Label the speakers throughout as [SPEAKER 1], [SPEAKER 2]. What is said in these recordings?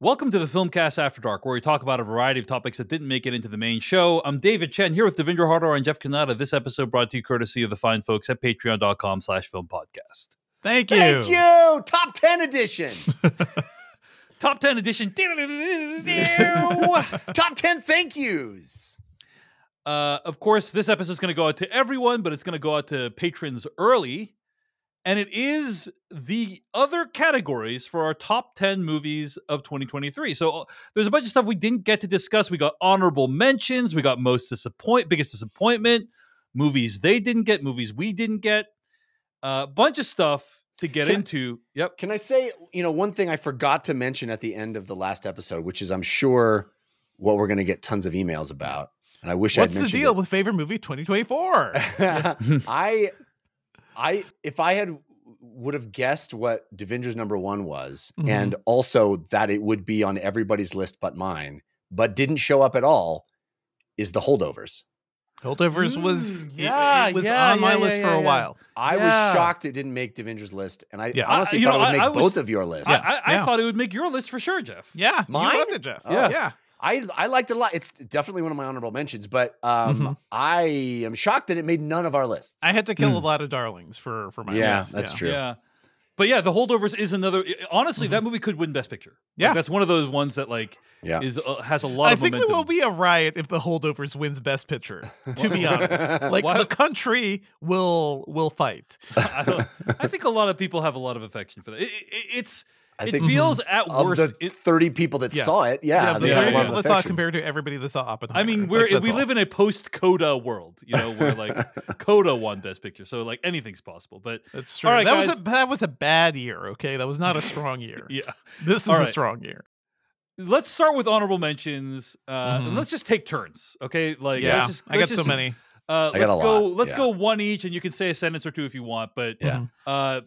[SPEAKER 1] Welcome to the Filmcast After Dark, where we talk about a variety of topics that didn't make it into the main show. I'm David Chen here with Devendra Hardar and Jeff Kanata. This episode brought to you courtesy of the fine folks at patreon.com slash film podcast.
[SPEAKER 2] Thank you.
[SPEAKER 3] Thank you. Top 10 edition.
[SPEAKER 1] Top 10 edition.
[SPEAKER 3] Top 10 thank yous.
[SPEAKER 1] Uh, of course, this episode's going to go out to everyone, but it's going to go out to patrons early. And it is the other categories for our top 10 movies of 2023. So uh, there's a bunch of stuff we didn't get to discuss. We got honorable mentions, we got most disappoint, biggest disappointment, movies they didn't get, movies we didn't get, a bunch of stuff to get
[SPEAKER 3] Can I-
[SPEAKER 1] into. yep.
[SPEAKER 3] Can I say, you know, one thing I forgot to mention at the end of the last episode, which is I'm sure what we're going to get tons of emails about. And I wish
[SPEAKER 2] What's
[SPEAKER 3] I'd
[SPEAKER 2] the
[SPEAKER 3] mentioned
[SPEAKER 2] deal
[SPEAKER 3] it.
[SPEAKER 2] with favorite movie 2024?
[SPEAKER 3] I, I, if I had would have guessed what Devendra's number one was,
[SPEAKER 2] Mhm.
[SPEAKER 3] and also that it would be on everybody's list but mine, but didn't show up at all, is the holdovers.
[SPEAKER 2] Holdovers was
[SPEAKER 1] Mm,
[SPEAKER 2] it-
[SPEAKER 1] yeah,
[SPEAKER 2] it, was
[SPEAKER 1] yeah,
[SPEAKER 2] on my
[SPEAKER 1] yeah,
[SPEAKER 2] list
[SPEAKER 1] yeah,
[SPEAKER 2] for
[SPEAKER 1] yeah,
[SPEAKER 2] a
[SPEAKER 1] yeah.
[SPEAKER 2] while.
[SPEAKER 3] I
[SPEAKER 1] Yeah.
[SPEAKER 3] was shocked it didn't make Devendra's list, and I
[SPEAKER 2] Yeah.
[SPEAKER 1] I-
[SPEAKER 3] honestly
[SPEAKER 1] you
[SPEAKER 3] thought
[SPEAKER 1] know,
[SPEAKER 3] it would
[SPEAKER 1] I-
[SPEAKER 3] make
[SPEAKER 1] I was-
[SPEAKER 3] both of your lists.
[SPEAKER 1] I, I,
[SPEAKER 2] yeah.
[SPEAKER 1] I thought it would make your list for sure, Jeff.
[SPEAKER 2] Yeah,
[SPEAKER 3] Mine?
[SPEAKER 2] you loved it, Jeff.
[SPEAKER 3] Oh.
[SPEAKER 2] Yeah,
[SPEAKER 3] I I liked it a lot. It's definitely one of my honorable mentions, but um,
[SPEAKER 1] Mm-hmm.
[SPEAKER 2] Mhm.
[SPEAKER 3] I am shocked that it made none of our lists.
[SPEAKER 2] I had to kill a lot of darlings for for my
[SPEAKER 3] yeah,
[SPEAKER 2] list.
[SPEAKER 3] that's
[SPEAKER 2] yeah.
[SPEAKER 3] true.
[SPEAKER 1] Hmm.
[SPEAKER 3] Mm-hmm.
[SPEAKER 1] Yeah. But yeah, the holdovers is another. i- Honestly, that movie could win Best Picture. Like,
[SPEAKER 2] Yeah.
[SPEAKER 1] that's one of those ones that like
[SPEAKER 3] Yeah.
[SPEAKER 1] is uh, has a lot
[SPEAKER 2] I
[SPEAKER 1] of
[SPEAKER 2] think
[SPEAKER 1] momentum.
[SPEAKER 2] there will be a riot if the holdovers wins Best Picture. To be honest, like
[SPEAKER 1] Why- Ah,
[SPEAKER 2] the country will will fight.
[SPEAKER 1] I, don't, I think a lot of people have a lot of affection for that. It, it- it's
[SPEAKER 3] I
[SPEAKER 1] it
[SPEAKER 3] think
[SPEAKER 1] feels at
[SPEAKER 3] of
[SPEAKER 1] worst.
[SPEAKER 3] the
[SPEAKER 1] it-
[SPEAKER 3] thirty people that
[SPEAKER 2] Yeah.
[SPEAKER 3] saw it, yeah,
[SPEAKER 2] the
[SPEAKER 3] they have a
[SPEAKER 1] thirty
[SPEAKER 3] lot
[SPEAKER 2] people
[SPEAKER 3] of
[SPEAKER 2] that saw it
[SPEAKER 3] affection.
[SPEAKER 2] compared to everybody that saw Oppenheimer.
[SPEAKER 1] I mean,
[SPEAKER 2] Like,
[SPEAKER 1] we're
[SPEAKER 2] that's
[SPEAKER 1] we
[SPEAKER 2] all.
[SPEAKER 1] live in a post Coda world, you know, where like Coda won Best Picture, so like anything's possible. But
[SPEAKER 2] That's true.
[SPEAKER 1] All right,
[SPEAKER 2] that was
[SPEAKER 1] guys.
[SPEAKER 2] a that was a bad year. Okay, that was not a strong year.
[SPEAKER 1] yeah,
[SPEAKER 2] This is
[SPEAKER 1] All
[SPEAKER 2] a
[SPEAKER 1] right.
[SPEAKER 2] strong year.
[SPEAKER 1] let's start with honorable mentions, uh, and
[SPEAKER 3] Mm-hmm.
[SPEAKER 2] Mhm.
[SPEAKER 1] let's just take turns, okay? Like,
[SPEAKER 2] yeah,
[SPEAKER 1] let's just,
[SPEAKER 2] I got
[SPEAKER 1] let's
[SPEAKER 2] so
[SPEAKER 1] just,
[SPEAKER 2] many.
[SPEAKER 1] Uh,
[SPEAKER 3] I
[SPEAKER 1] let's
[SPEAKER 3] got a
[SPEAKER 1] go.
[SPEAKER 3] lot,
[SPEAKER 1] Let's
[SPEAKER 3] yeah.
[SPEAKER 1] go one each, and you can say a sentence or two if you want. But
[SPEAKER 3] Yeah.
[SPEAKER 2] Mhm.
[SPEAKER 1] uh,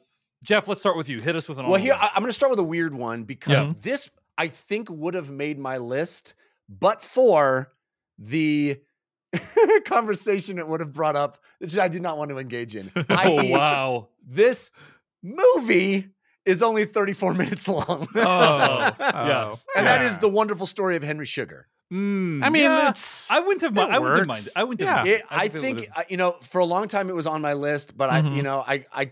[SPEAKER 1] Jeff, let's start with you. Hit us with an.
[SPEAKER 3] Well,
[SPEAKER 1] honorable
[SPEAKER 3] here
[SPEAKER 1] mention.
[SPEAKER 3] I, I'm going to start with a weird one because this I think would have made my list, but for the conversation it would have brought up, which I did not want to engage in.
[SPEAKER 1] oh
[SPEAKER 3] i.e.,
[SPEAKER 1] wow!
[SPEAKER 3] This movie is only 34 minutes long.
[SPEAKER 2] Oh,
[SPEAKER 1] Yeah.
[SPEAKER 2] oh.
[SPEAKER 3] And that is
[SPEAKER 2] Yeah.
[SPEAKER 3] the wonderful story of Henry Sugar.
[SPEAKER 1] Mm,
[SPEAKER 2] I mean,
[SPEAKER 1] yeah.
[SPEAKER 2] it's
[SPEAKER 1] I wouldn't have.
[SPEAKER 2] it
[SPEAKER 1] mi- I wouldn't have
[SPEAKER 2] works.
[SPEAKER 1] minded. I wouldn't.
[SPEAKER 2] Yeah.
[SPEAKER 1] Have minded.
[SPEAKER 3] It, I think
[SPEAKER 1] would've-
[SPEAKER 3] I- you know for a long time it was on my list, but I
[SPEAKER 2] Mhm.
[SPEAKER 3] you know I I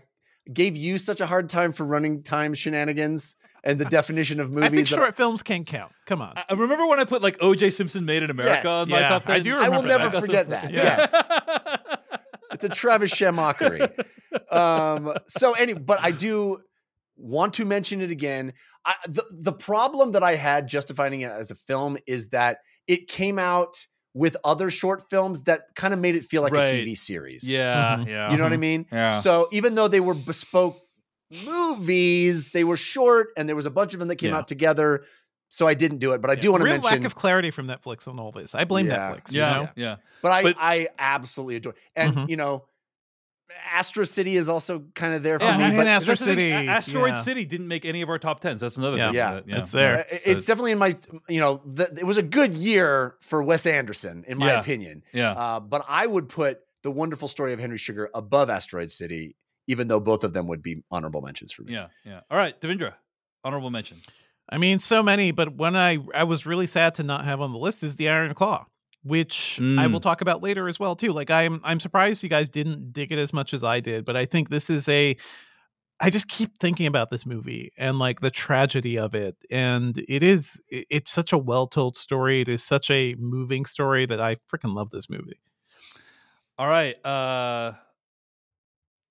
[SPEAKER 3] gave you such a hard time for running time shenanigans and the definition of movies.
[SPEAKER 2] I think
[SPEAKER 3] that
[SPEAKER 2] short films can count. Come on.
[SPEAKER 1] I I remember when I put like O.J. Simpson made in America.
[SPEAKER 3] Yes.
[SPEAKER 1] on my
[SPEAKER 2] Yeah,
[SPEAKER 1] top
[SPEAKER 2] I
[SPEAKER 1] 10.
[SPEAKER 2] do
[SPEAKER 3] I will
[SPEAKER 2] remember
[SPEAKER 3] never
[SPEAKER 2] that.
[SPEAKER 3] forget that.
[SPEAKER 2] Yeah.
[SPEAKER 3] Yes, it's a Travis Shamockery. Um, so anyway, but I do want to mention it again. I, the the problem that I had justifying it as a film is that it came out with other short films that kind of made it feel like
[SPEAKER 1] Right.
[SPEAKER 3] a TV series.
[SPEAKER 1] yeah,
[SPEAKER 2] Mhm.
[SPEAKER 1] yeah.
[SPEAKER 3] You know what I mean?
[SPEAKER 1] Yeah.
[SPEAKER 3] So even though they were bespoke movies, they were short and there was a bunch of them that came
[SPEAKER 2] Yeah.
[SPEAKER 3] out together. So I didn't do it, but I
[SPEAKER 2] Yeah.
[SPEAKER 3] do want to
[SPEAKER 2] Real
[SPEAKER 3] mention
[SPEAKER 2] lack of clarity from Netflix on all this. I blame
[SPEAKER 3] Yeah.
[SPEAKER 2] Netflix.
[SPEAKER 1] yeah,
[SPEAKER 2] You know?
[SPEAKER 1] yeah.
[SPEAKER 3] but I
[SPEAKER 1] but- Mm-hmm.
[SPEAKER 3] I absolutely adore. And
[SPEAKER 2] Mhm.
[SPEAKER 3] you know, Astro City is also kind of there for
[SPEAKER 2] Yeah,
[SPEAKER 3] me,
[SPEAKER 2] and
[SPEAKER 3] but
[SPEAKER 2] Astro
[SPEAKER 1] That's the thing,
[SPEAKER 2] City,
[SPEAKER 1] A- Asteroid
[SPEAKER 2] yeah.
[SPEAKER 1] City didn't make any of our top tens. That's another
[SPEAKER 2] Yeah.
[SPEAKER 1] thing.
[SPEAKER 3] Yeah.
[SPEAKER 1] that-
[SPEAKER 2] It's there.
[SPEAKER 3] uh, it's definitely in my you know, the, it was a good year for Wes Anderson in my
[SPEAKER 1] Yeah.
[SPEAKER 3] opinion.
[SPEAKER 1] Yeah.
[SPEAKER 3] Uh, but I would put the wonderful story of Henry Sugar above Asteroid City, even though both of them would be honorable mentions for me.
[SPEAKER 1] Yeah, yeah. All right, Devendra, honorable mention.
[SPEAKER 2] I mean, so many, but one I, I was really sad to not have on the list is the Iron Claw, which I
[SPEAKER 1] Mm.
[SPEAKER 2] will talk about later as well too. Like I'm I'm surprised you guys didn't dig it as much as I did, but I think this is a I just keep thinking about this movie and like the tragedy of it. And it is it- it's such a well-told story. It is such a moving story that I freaking love this movie.
[SPEAKER 1] All right. Uh,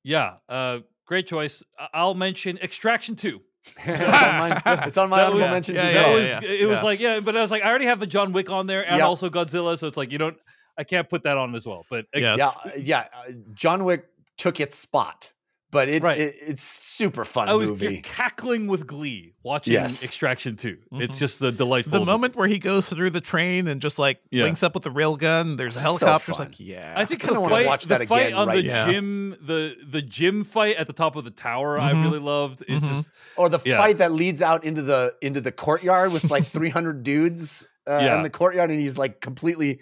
[SPEAKER 1] yeah. Uh, great choice. I- I'll mention Extraction Two.
[SPEAKER 3] it's on my, it's on my
[SPEAKER 1] That
[SPEAKER 3] honorable
[SPEAKER 1] was-
[SPEAKER 3] mentions
[SPEAKER 2] yeah,
[SPEAKER 3] as
[SPEAKER 2] yeah,
[SPEAKER 1] That
[SPEAKER 3] well.
[SPEAKER 1] was. It was
[SPEAKER 2] yeah.
[SPEAKER 1] like yeah, but I was like, I already have the John Wick on there and
[SPEAKER 3] Yeah.
[SPEAKER 1] also Godzilla, so it's like you don't. I can't put that on as well. But uh,
[SPEAKER 2] Yes.
[SPEAKER 3] Yeah, uh, yeah. uh, John Wick took its spot, but it,
[SPEAKER 1] Right.
[SPEAKER 3] it it's super fun
[SPEAKER 1] I was you're
[SPEAKER 3] movie.
[SPEAKER 1] cackling with glee watching
[SPEAKER 3] Yes. Mm-hmm.
[SPEAKER 1] Extraction Two. It's
[SPEAKER 2] Mhm.
[SPEAKER 1] just the delightful.
[SPEAKER 2] the moment where he goes through the train and just like
[SPEAKER 1] Yeah.
[SPEAKER 2] links up with the railgun, there's a
[SPEAKER 3] So
[SPEAKER 2] helicopter. It's
[SPEAKER 3] fun.
[SPEAKER 2] like, yeah.
[SPEAKER 1] I think
[SPEAKER 3] I kinda
[SPEAKER 1] the
[SPEAKER 3] wanna
[SPEAKER 1] fight,
[SPEAKER 3] watch
[SPEAKER 1] the
[SPEAKER 3] that
[SPEAKER 1] fight
[SPEAKER 3] again
[SPEAKER 1] on the
[SPEAKER 3] right
[SPEAKER 2] now.
[SPEAKER 1] gym, the the gym fight at the top of the tower, I
[SPEAKER 3] Mm-hmm.
[SPEAKER 2] Mhm.
[SPEAKER 1] really loved. It's
[SPEAKER 2] Mhm.
[SPEAKER 1] just
[SPEAKER 3] Or the
[SPEAKER 1] yeah.
[SPEAKER 3] fight that leads out into the into the courtyard with like 300 dudes uh,
[SPEAKER 1] Yeah.
[SPEAKER 3] in the courtyard, and he's like completely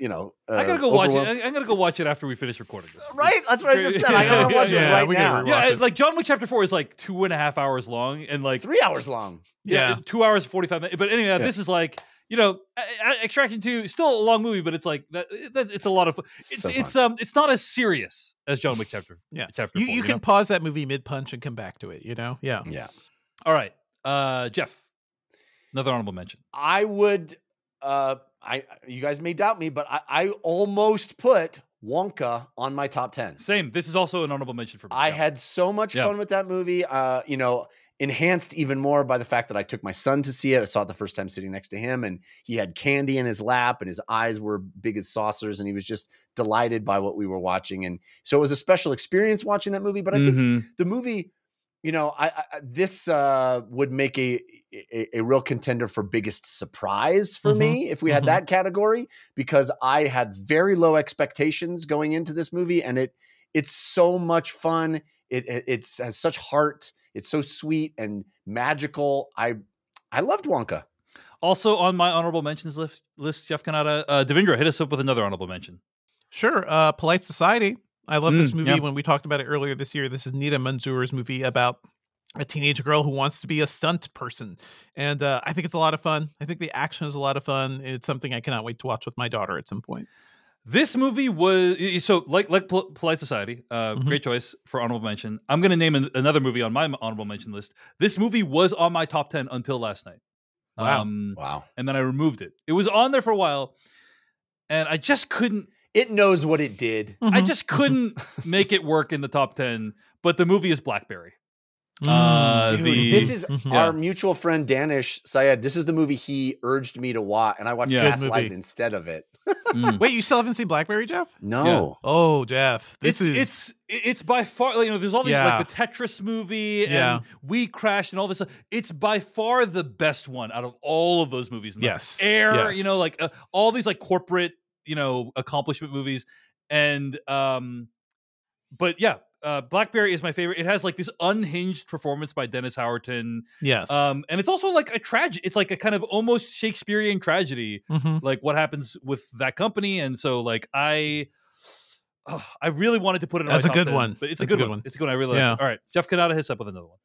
[SPEAKER 3] you know, uh,
[SPEAKER 1] I gotta go watch it.
[SPEAKER 3] overwhelmed-
[SPEAKER 1] I, I'm gonna go watch it after we finish recording this.
[SPEAKER 3] Right? That's what I just said. I gotta
[SPEAKER 1] Yeah,
[SPEAKER 3] watch
[SPEAKER 1] yeah,
[SPEAKER 3] it right
[SPEAKER 2] we gotta
[SPEAKER 3] now.
[SPEAKER 2] rewatch
[SPEAKER 1] Yeah, I-
[SPEAKER 2] it.
[SPEAKER 1] like John Wick Chapter Four is like two and a half hours long, and like
[SPEAKER 3] It's three hours long.
[SPEAKER 2] yeah.
[SPEAKER 1] two hours and forty five minutes. But anyway,
[SPEAKER 3] Yeah.
[SPEAKER 1] this is like you know, A- A- Extraction Two is still a long movie, but it's like that, that, it's a lot of fun. It's
[SPEAKER 3] So fun.
[SPEAKER 1] it's um it's not as serious as John Wick Chapter
[SPEAKER 2] Yeah.
[SPEAKER 1] Chapter
[SPEAKER 2] You,
[SPEAKER 1] Four.
[SPEAKER 2] you
[SPEAKER 1] know?
[SPEAKER 2] can pause that movie mid punch and come back to it, you know?
[SPEAKER 1] Mm.
[SPEAKER 2] Yeah.
[SPEAKER 3] yeah.
[SPEAKER 1] all right, uh, Jeff. Another honorable mention.
[SPEAKER 3] I would. Uh, I you guys may doubt me, but I, I almost put Wonka on my top ten.
[SPEAKER 1] Same. This is also an honorable mention for me.
[SPEAKER 3] I
[SPEAKER 1] Yeah.
[SPEAKER 3] had so much
[SPEAKER 1] Yeah.
[SPEAKER 3] fun with that movie. Uh, you know, enhanced even more by the fact that I took my son to see it. I saw it the first time sitting next to him, and he had candy in his lap, and his eyes were big as saucers, and he was just delighted by what we were watching. And so it was a special experience watching that movie. But I think
[SPEAKER 1] Mhm.
[SPEAKER 3] the movie you know i, I I- this uh would make a, a a real contender for biggest surprise for
[SPEAKER 2] Mhm.
[SPEAKER 3] me if we had
[SPEAKER 2] Mhm.
[SPEAKER 3] that category because i had very low expectations going into this movie and it it's so much fun it, it it's has such heart it's so sweet and magical i i loved wonka
[SPEAKER 1] also on my honorable mentions list. List Jeff Kanata, uh, Devendra, hit us up with another honorable mention.
[SPEAKER 2] Sure. Uh, Polite Society. I love this
[SPEAKER 1] Mm,
[SPEAKER 2] movie.
[SPEAKER 1] yeah.
[SPEAKER 2] When we talked about it earlier this year, this is Nita Manzoor's movie about a teenage girl who wants to be a stunt person, and uh, I think it's a lot of fun. I think the action is a lot of fun. It's something I cannot wait to watch with my daughter at some point.
[SPEAKER 1] This movie was i- so like like Pol- Polite Society. Uh,
[SPEAKER 2] Mhm.
[SPEAKER 1] Great choice for honorable mention. I'm going to name an, another movie on my honorable mention list. This movie was on my top ten until last night.
[SPEAKER 2] Wow.
[SPEAKER 1] Um,
[SPEAKER 3] wow
[SPEAKER 1] and then I removed it. It was on there for a while, and I just couldn't.
[SPEAKER 3] it knows what it did
[SPEAKER 1] I
[SPEAKER 2] Mhm.
[SPEAKER 1] just couldn't make it work in the top ten. But the movie is Blackberry.
[SPEAKER 2] Mm.
[SPEAKER 1] Uh,
[SPEAKER 3] Dude,
[SPEAKER 1] the-
[SPEAKER 3] this is
[SPEAKER 2] Mhm.
[SPEAKER 1] Yeah.
[SPEAKER 3] our mutual friend Danish Syed. This is the movie he urged me to watch, and I watched
[SPEAKER 1] Yeah.
[SPEAKER 3] Past
[SPEAKER 2] Good
[SPEAKER 3] Lives
[SPEAKER 2] movie.
[SPEAKER 3] instead of it.
[SPEAKER 2] Wait, you still haven't seen Blackberry, Jeff?
[SPEAKER 3] No,
[SPEAKER 2] Oh, Jeff,
[SPEAKER 1] it's,
[SPEAKER 2] this is
[SPEAKER 1] it's it's by far like, you know there's all these like the Tetris movie
[SPEAKER 2] Yeah.
[SPEAKER 1] and We Crashed and all this stuff. It's by far the best one out of all of those movies. And, like,
[SPEAKER 2] yes,
[SPEAKER 1] Air, you know,
[SPEAKER 2] yes.
[SPEAKER 1] like uh, all these like corporate you know accomplishment movies, and um, but yeah, uh, Blackberry is my favorite. It has like this unhinged performance by Dennis Howerton,
[SPEAKER 2] yes.
[SPEAKER 1] um, and it's also like a tragedy. It's like a kind of almost Shakespearean tragedy
[SPEAKER 2] Mhm.
[SPEAKER 1] like what happens with that company and so like i Ugh, i really wanted to put it on
[SPEAKER 2] That's
[SPEAKER 1] my
[SPEAKER 2] a
[SPEAKER 1] top
[SPEAKER 2] good
[SPEAKER 1] 10,
[SPEAKER 2] one.
[SPEAKER 1] but it's a
[SPEAKER 2] That's
[SPEAKER 1] good, one. it's a good one i really
[SPEAKER 2] Yeah.
[SPEAKER 1] like it. all right jeff canada hits up with another one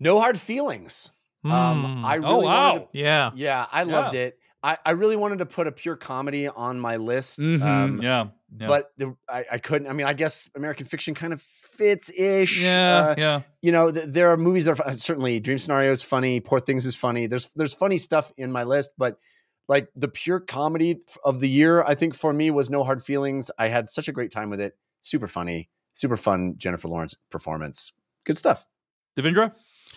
[SPEAKER 3] no hard feelings. Um,
[SPEAKER 2] Mm.
[SPEAKER 3] I really
[SPEAKER 1] Oh,
[SPEAKER 3] wanted
[SPEAKER 1] wow.
[SPEAKER 3] to-
[SPEAKER 2] yeah.
[SPEAKER 3] yeah, I loved it. I, I really wanted to put a pure comedy on my list, um,
[SPEAKER 1] Mm-hmm. yeah yeah
[SPEAKER 3] but the, I, I couldn't. I mean, I guess American Fiction kind of fits ish.
[SPEAKER 1] yeah
[SPEAKER 3] Uh,
[SPEAKER 1] yeah
[SPEAKER 3] you know, th- there are movies that are fu- certainly Dream Scenario is funny, Poor Things is funny. There's there's funny stuff in my list, but like the pure comedy f- of the year, I think for me was No Hard Feelings. I had such a great time with it. Super funny, super fun Jennifer Lawrence performance. Good stuff.
[SPEAKER 1] devendra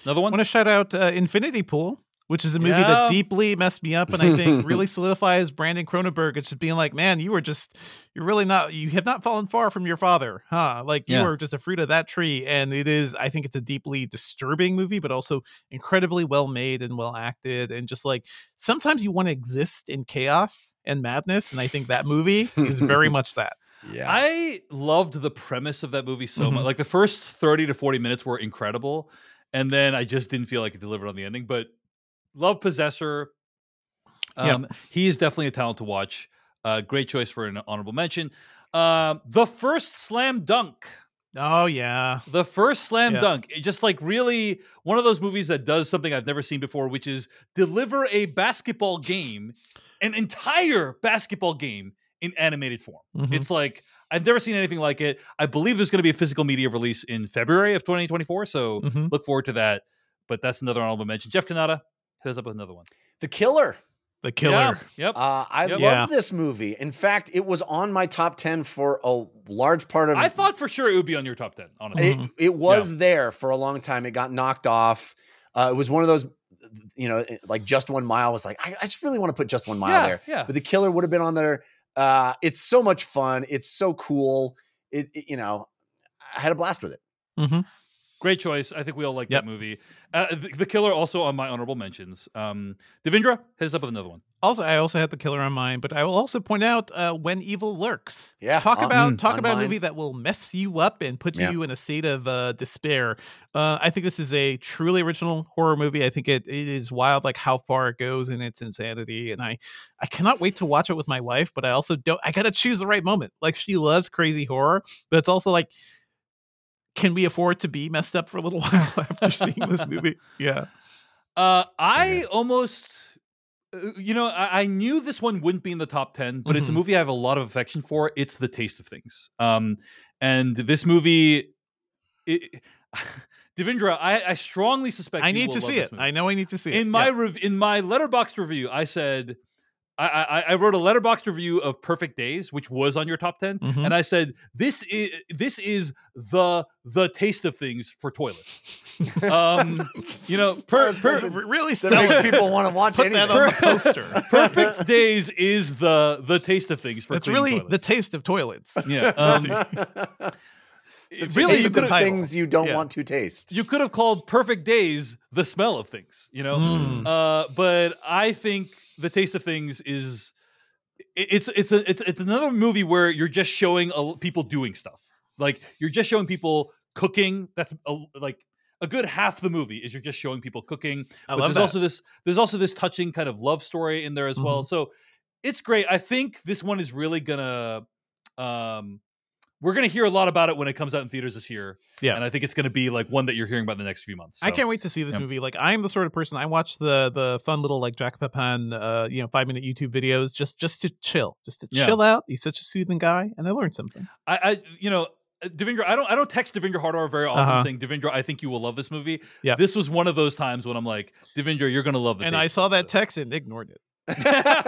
[SPEAKER 1] another
[SPEAKER 2] I
[SPEAKER 1] one
[SPEAKER 2] want to shout out uh, Infinity Pool, which is a movie
[SPEAKER 1] Yeah.
[SPEAKER 2] that deeply messed me up, and I think really solidifies Brandon Cronenberg. It's just being like, man, you were just, you're really not, you have not fallen far from your father, huh? Like you
[SPEAKER 1] Yeah.
[SPEAKER 2] are just a fruit of that tree, and it is. I think it's a deeply disturbing movie, but also incredibly well made and well acted, and just like sometimes you want to exist in chaos and madness, and I think that movie is very much that.
[SPEAKER 3] Yeah.
[SPEAKER 1] i loved the premise of that movie so
[SPEAKER 2] Mhm.
[SPEAKER 1] much like the first 30 to 40 minutes were incredible and then i just didn't feel like it delivered on the ending but love possessor
[SPEAKER 2] Yeah.
[SPEAKER 1] um he is definitely a talent to watch uh great choice for an honorable mention um the first slam dunk
[SPEAKER 2] Oh yeah,
[SPEAKER 1] The first slam
[SPEAKER 2] Yeah.
[SPEAKER 1] dunk, it just like really one of those movies that does something I've never seen before, which is deliver a basketball game, an entire basketball game in animated form.
[SPEAKER 2] Mhm.
[SPEAKER 1] It's like I've never seen anything like it. I believe there's going to be a physical media release in February of 2024, so
[SPEAKER 2] Mhm.
[SPEAKER 1] look forward to that. But that's another honorable mention. Jeff Kanata, hit us up with another one.
[SPEAKER 3] the Killer.
[SPEAKER 2] the killer.
[SPEAKER 1] Yeah, yep.
[SPEAKER 3] Uh, I
[SPEAKER 1] Yep.
[SPEAKER 3] loved
[SPEAKER 2] Yeah.
[SPEAKER 3] this movie. In fact, it was on my top 10 for a large part of
[SPEAKER 1] I thought for sure it would be on your top ten. Honestly,
[SPEAKER 3] it,
[SPEAKER 2] Mhm.
[SPEAKER 3] it was there for a long time. It got knocked off. Uh, it was one of those, you know, like just one mile was like, I, I just really want to put just one mile
[SPEAKER 1] yeah,
[SPEAKER 3] there.
[SPEAKER 1] yeah.
[SPEAKER 3] But the killer would have been on there. Uh, it's so much fun. It's so cool. It, it- you know, I had a blast with it.
[SPEAKER 2] Mm-hmm.
[SPEAKER 1] Great choice. I think we all like
[SPEAKER 2] Yep.
[SPEAKER 1] that movie. Uh, the, the Killer also on my honorable mentions. Um, Devendra hits up with another one.
[SPEAKER 2] Also, I also had the killer on mine, but I will also point out uh, when evil lurks.
[SPEAKER 3] Yeah,
[SPEAKER 2] Talk
[SPEAKER 3] on-
[SPEAKER 2] about
[SPEAKER 1] mm,
[SPEAKER 2] talk
[SPEAKER 3] on
[SPEAKER 2] about
[SPEAKER 3] mine.
[SPEAKER 2] a movie that will mess you up and put
[SPEAKER 3] Yeah.
[SPEAKER 2] you in a state of uh, despair. Uh, I think this is a truly original horror movie. I think it, it is wild, like how far it goes in its insanity, and I I cannot wait to watch it with my wife. But I also don't. I gotta choose the right moment. Like she loves crazy horror, but it's also like, can we afford to be messed up for a little while after seeing this movie? Yeah.
[SPEAKER 1] Uh, I almost, uh, you know, I, I knew this one wouldn't be in the top ten, but it's a
[SPEAKER 2] Mhm.
[SPEAKER 1] movie I have a lot of affection for. It's The Taste of Things, um, and this movie, it, Devendra, I, I strongly suspect
[SPEAKER 2] I
[SPEAKER 1] you
[SPEAKER 2] need
[SPEAKER 1] will
[SPEAKER 2] to
[SPEAKER 1] love
[SPEAKER 2] see
[SPEAKER 1] this
[SPEAKER 2] it.
[SPEAKER 1] movie.
[SPEAKER 2] I know I need to see it.
[SPEAKER 1] in
[SPEAKER 2] Yeah.
[SPEAKER 1] my rev- in my letterbox review, I said. I, I, I wrote a letterbox review of Perfect Days, which was on your top 10
[SPEAKER 2] Mhm.
[SPEAKER 1] and I said, "This is this is the the taste of things for toilets." Um, you know, per,
[SPEAKER 3] That's
[SPEAKER 1] per,
[SPEAKER 3] something
[SPEAKER 2] R- really
[SPEAKER 3] that
[SPEAKER 2] sell it.
[SPEAKER 3] makes people want to watch
[SPEAKER 2] Put
[SPEAKER 3] anything.
[SPEAKER 2] that on the poster.
[SPEAKER 1] Perfect days is the the taste of things for.
[SPEAKER 2] That's
[SPEAKER 1] clean
[SPEAKER 2] really the
[SPEAKER 1] toilets.
[SPEAKER 2] taste of toilets.
[SPEAKER 1] yeah. Um,
[SPEAKER 3] It's
[SPEAKER 1] really,
[SPEAKER 3] taste
[SPEAKER 1] you could
[SPEAKER 3] of
[SPEAKER 2] the
[SPEAKER 1] have
[SPEAKER 2] title.
[SPEAKER 3] things you don't
[SPEAKER 2] Yeah.
[SPEAKER 3] want to taste.
[SPEAKER 1] you could have called perfect days the smell of things. You know,
[SPEAKER 2] Mm.
[SPEAKER 1] uh, but I think the taste of things is it- it's it's a it's it's another movie where you're just showing a, people doing stuff. Like you're just showing people cooking. That's a, like a good half the movie is you're just showing people cooking.
[SPEAKER 2] I
[SPEAKER 1] but there's
[SPEAKER 2] love that. Mm-hmm.
[SPEAKER 1] also this there's also this touching kind of love story in there as well. So it's great. I think this one is really gonna um we're gonna hear a lot about it when it comes out in theaters this year.
[SPEAKER 2] Yeah.
[SPEAKER 1] And I think it's gonna be like one that you're hearing about in the next few months.
[SPEAKER 2] I
[SPEAKER 1] So,
[SPEAKER 2] can't wait to see this
[SPEAKER 1] yeah.
[SPEAKER 2] movie. Like I'm the sort of person I watch the the fun little like Jack Pepin uh you know 5 minute YouTube videos just just to chill, just to
[SPEAKER 1] Yeah.
[SPEAKER 2] chill out. He's such a soothing guy and I learned something.
[SPEAKER 1] I, I you know uh, Devendra, I don't I don't text Devendra Hardar very often
[SPEAKER 2] Uh-huh.
[SPEAKER 1] saying Devendra, I think you will love this movie.
[SPEAKER 2] Yeah.
[SPEAKER 1] This was one of those times when I'm like, Devendra, you're gonna love this.
[SPEAKER 2] and I saw that text and ignored it.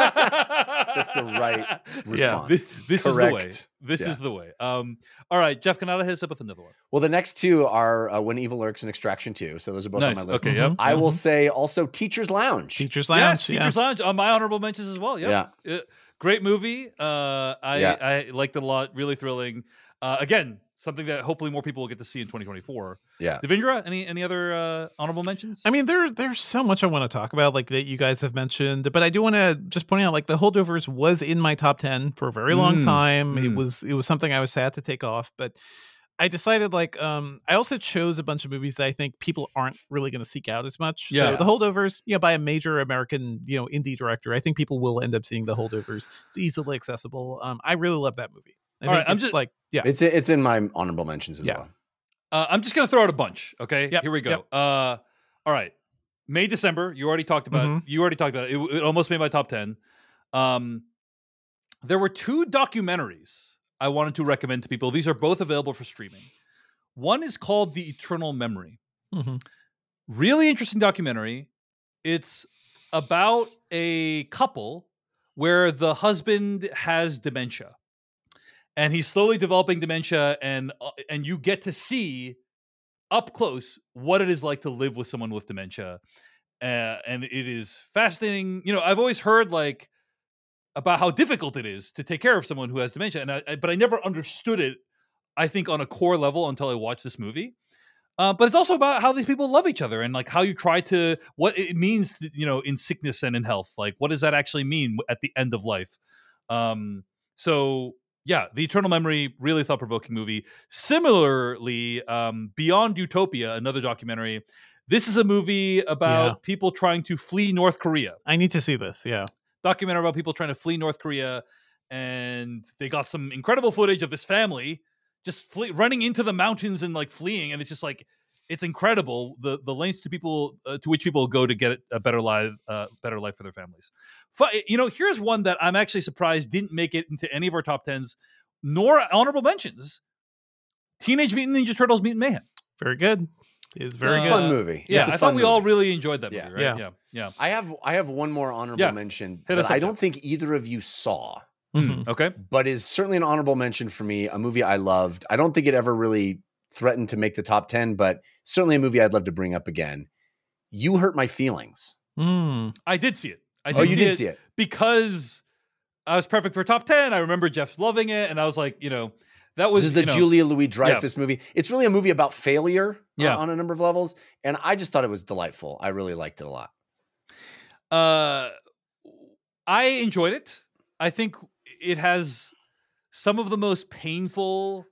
[SPEAKER 1] That's
[SPEAKER 3] the right Response.
[SPEAKER 1] This this is
[SPEAKER 3] Correct.
[SPEAKER 1] the way. This
[SPEAKER 3] Yeah.
[SPEAKER 1] is the way. Um all right, Jeff Canada hits up with another one.
[SPEAKER 3] Well, the next two are uh, When Evil Lurks and Extraction 2. So those are both
[SPEAKER 1] nice.
[SPEAKER 3] on my list. Mm-hmm.
[SPEAKER 1] Okay, Mm-hmm.
[SPEAKER 2] Mhm.
[SPEAKER 1] yep.
[SPEAKER 3] I will
[SPEAKER 2] Mhm.
[SPEAKER 3] say also Teacher's Lounge.
[SPEAKER 1] Yes,
[SPEAKER 2] Teacher's Lounge. yeah.
[SPEAKER 1] Teacher's Lounge on my honorable mentions as well. Yeah.
[SPEAKER 3] Yeah.
[SPEAKER 1] Great movie. Uh, I,
[SPEAKER 3] Yeah.
[SPEAKER 1] I liked it a lot. Really thrilling. Uh, again, something that hopefully more people will get to see in 2024.
[SPEAKER 3] Yeah.
[SPEAKER 1] Devendra, any any other uh, honorable mentions?
[SPEAKER 2] I mean, there there's so much I want to talk about, like that you guys have mentioned. But I do want to just point out, like the holdovers was in my top ten for a very long
[SPEAKER 1] Mm,
[SPEAKER 2] time. It
[SPEAKER 1] mm.
[SPEAKER 2] was it was something I was sad to take off, but I decided like um I also chose a bunch of movies that I think people aren't really going to seek out as much. So
[SPEAKER 1] Yeah.
[SPEAKER 2] the holdovers, you know, by a major American you know indie director, I think people will end up seeing the holdovers. It's easily accessible. Um, I really love that movie. I
[SPEAKER 1] All
[SPEAKER 2] think
[SPEAKER 1] right, I'm
[SPEAKER 2] it's
[SPEAKER 1] just-
[SPEAKER 2] like yeah.
[SPEAKER 3] It's it's in my honorable mentions as
[SPEAKER 2] Yeah.
[SPEAKER 3] well.
[SPEAKER 1] uh, I'm just gonna throw out a bunch. Okay,
[SPEAKER 2] Yep,
[SPEAKER 1] here we go.
[SPEAKER 2] yep.
[SPEAKER 1] Uh, all right, May December. You already talked about.
[SPEAKER 2] Mhm.
[SPEAKER 1] You already talked about it. it. It almost made my top ten. Um, there were two documentaries I wanted to recommend to people. These are both available for streaming. One is called The Eternal Memory.
[SPEAKER 2] Mhm.
[SPEAKER 1] really interesting documentary. It's about a couple where the husband has dementia and he's slowly developing dementia and uh, and you get to see up close what it is like to live with someone with dementia uh, and it is fascinating you know i've always heard like about how difficult it is to take care of someone who has dementia and I, I- but i never understood it i think on a core level until i watched this movie uh, but it's also about how these people love each other and like how you try to what it means to, you know in sickness and in health like what does that actually mean at the end of life um so yeah the eternal memory really thought-provoking movie similarly um beyond utopia another documentary this is a movie about
[SPEAKER 2] Yeah.
[SPEAKER 1] people trying to flee north korea
[SPEAKER 2] I need to see this. Yeah.
[SPEAKER 1] documentary about people trying to flee North Korea, and they got some incredible footage of this family just flee, running into the mountains and like fleeing, and it's just like it's incredible the the lengths to people uh, to which people go to get a better life, uh, better life for their families. Fu- eh, you know, here's one that I'm actually surprised didn't make it into any of our top tens, nor honorable mentions. Teenage Mutant Ninja Turtles: Mutant Mayhem.
[SPEAKER 2] Very good. It's very
[SPEAKER 3] it's
[SPEAKER 2] good.
[SPEAKER 3] a fun movie.
[SPEAKER 1] Yeah,
[SPEAKER 3] it's a
[SPEAKER 1] I
[SPEAKER 3] fun
[SPEAKER 1] thought we all
[SPEAKER 3] movie.
[SPEAKER 1] really enjoyed that
[SPEAKER 3] Yeah.
[SPEAKER 1] movie, right?
[SPEAKER 2] Yeah.
[SPEAKER 1] yeah, yeah.
[SPEAKER 3] I have I have one more honorable
[SPEAKER 1] Yeah.
[SPEAKER 3] mention
[SPEAKER 1] Hit us
[SPEAKER 3] that I
[SPEAKER 1] up,
[SPEAKER 3] don't
[SPEAKER 1] Jeff.
[SPEAKER 3] think either of you saw,
[SPEAKER 2] Mhm.
[SPEAKER 3] Mm-hmm.
[SPEAKER 1] Mm, okay.
[SPEAKER 3] but is certainly an honorable mention for me. A movie I loved. I don't think it ever really threatened to make the top ten, but certainly a movie I'd love to bring up again. You hurt my feelings.
[SPEAKER 2] Mm.
[SPEAKER 1] I did see it. I did
[SPEAKER 3] Oh, you
[SPEAKER 1] see
[SPEAKER 3] did
[SPEAKER 1] it.
[SPEAKER 3] see it.
[SPEAKER 1] because I was prepping for top 10. I remember Jeff loving it. And I was like, you know, That was
[SPEAKER 3] this is the
[SPEAKER 1] you know,
[SPEAKER 3] Julia Louis Dreyfus movie. It's really a movie about failure uh,
[SPEAKER 1] Yeah.
[SPEAKER 3] on a number of levels. And I just thought it was delightful. I really liked it a lot.
[SPEAKER 1] uh i enjoyed it i think it has some of the most painful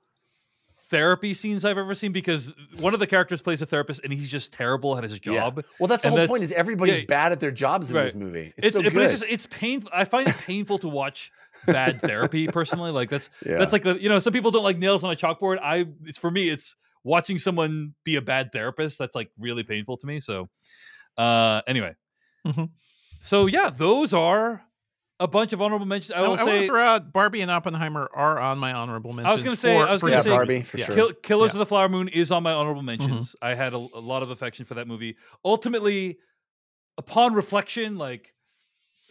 [SPEAKER 1] therapy scenes i've ever seen because one of the characters plays a therapist and he's just terrible at his
[SPEAKER 3] Yeah.
[SPEAKER 1] job
[SPEAKER 3] Well, that's the
[SPEAKER 1] And
[SPEAKER 3] whole
[SPEAKER 1] that's-
[SPEAKER 3] point is everybody's
[SPEAKER 1] yeah,
[SPEAKER 3] bad at their jobs in this
[SPEAKER 1] right.
[SPEAKER 3] movie. It's,
[SPEAKER 1] it's,
[SPEAKER 3] so
[SPEAKER 1] but
[SPEAKER 3] good.
[SPEAKER 1] it's just it's painful i find it painful to watch bad therapy personally like that's
[SPEAKER 3] yeah.
[SPEAKER 1] that's like the you know some people don't like nails on a chalkboard i it's for me it's watching someone be a bad therapist that's like really painful to me so uh anyway
[SPEAKER 2] Mhm.
[SPEAKER 1] so yeah those are a bunch of honorable mentions i
[SPEAKER 2] I,
[SPEAKER 1] will
[SPEAKER 2] I want
[SPEAKER 1] say
[SPEAKER 2] to throw out Barbie and Oppenheimer are on my honorable mentions.
[SPEAKER 1] I was gonna say-
[SPEAKER 2] for-
[SPEAKER 1] I was
[SPEAKER 2] for
[SPEAKER 1] gonna
[SPEAKER 2] different
[SPEAKER 1] say-
[SPEAKER 3] Barbie,
[SPEAKER 2] reasons.
[SPEAKER 3] for
[SPEAKER 2] Yeah.
[SPEAKER 3] sure.
[SPEAKER 1] Kill, Killers
[SPEAKER 2] Yeah.
[SPEAKER 1] of the Flower Moon is on my honorable mentions. I had a, a lot of affection for that movie. Ultimately, upon reflection, like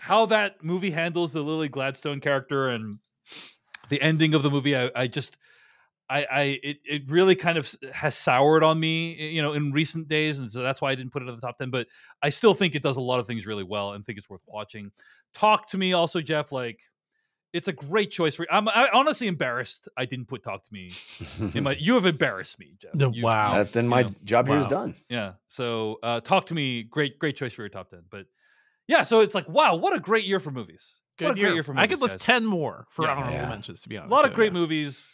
[SPEAKER 1] how that movie handles the Lily Gladstone character and the ending of the movie, I, I just, I, I, it, it really kind of s- has soured on me, y- you know, in recent days, and so that's why I didn't put it in the top ten. But I still think it does a lot of things really well, and think it's worth watching. Talk to me, also, Jeff. Like, it's a great choice for. I'm I, honestly embarrassed I didn't put Talk to Me in my, you have embarrassed me, Jeff.
[SPEAKER 2] No,
[SPEAKER 1] You-
[SPEAKER 2] wow.
[SPEAKER 3] Uh, then my
[SPEAKER 1] you know,
[SPEAKER 3] job here is
[SPEAKER 2] wow.
[SPEAKER 3] done.
[SPEAKER 1] Yeah. So uh, talk to me. Great, great choice for your top ten. But yeah, so it's like wow, what a great year for movies. what
[SPEAKER 2] Good
[SPEAKER 1] a
[SPEAKER 2] year.
[SPEAKER 1] great year for movies.
[SPEAKER 2] I could list
[SPEAKER 1] guys.
[SPEAKER 2] ten more for
[SPEAKER 1] Yeah.
[SPEAKER 2] honorable
[SPEAKER 3] Yeah.
[SPEAKER 2] mentions. To be
[SPEAKER 1] a
[SPEAKER 2] honest,
[SPEAKER 1] lot of
[SPEAKER 2] So,
[SPEAKER 1] great
[SPEAKER 2] yeah.
[SPEAKER 1] movies.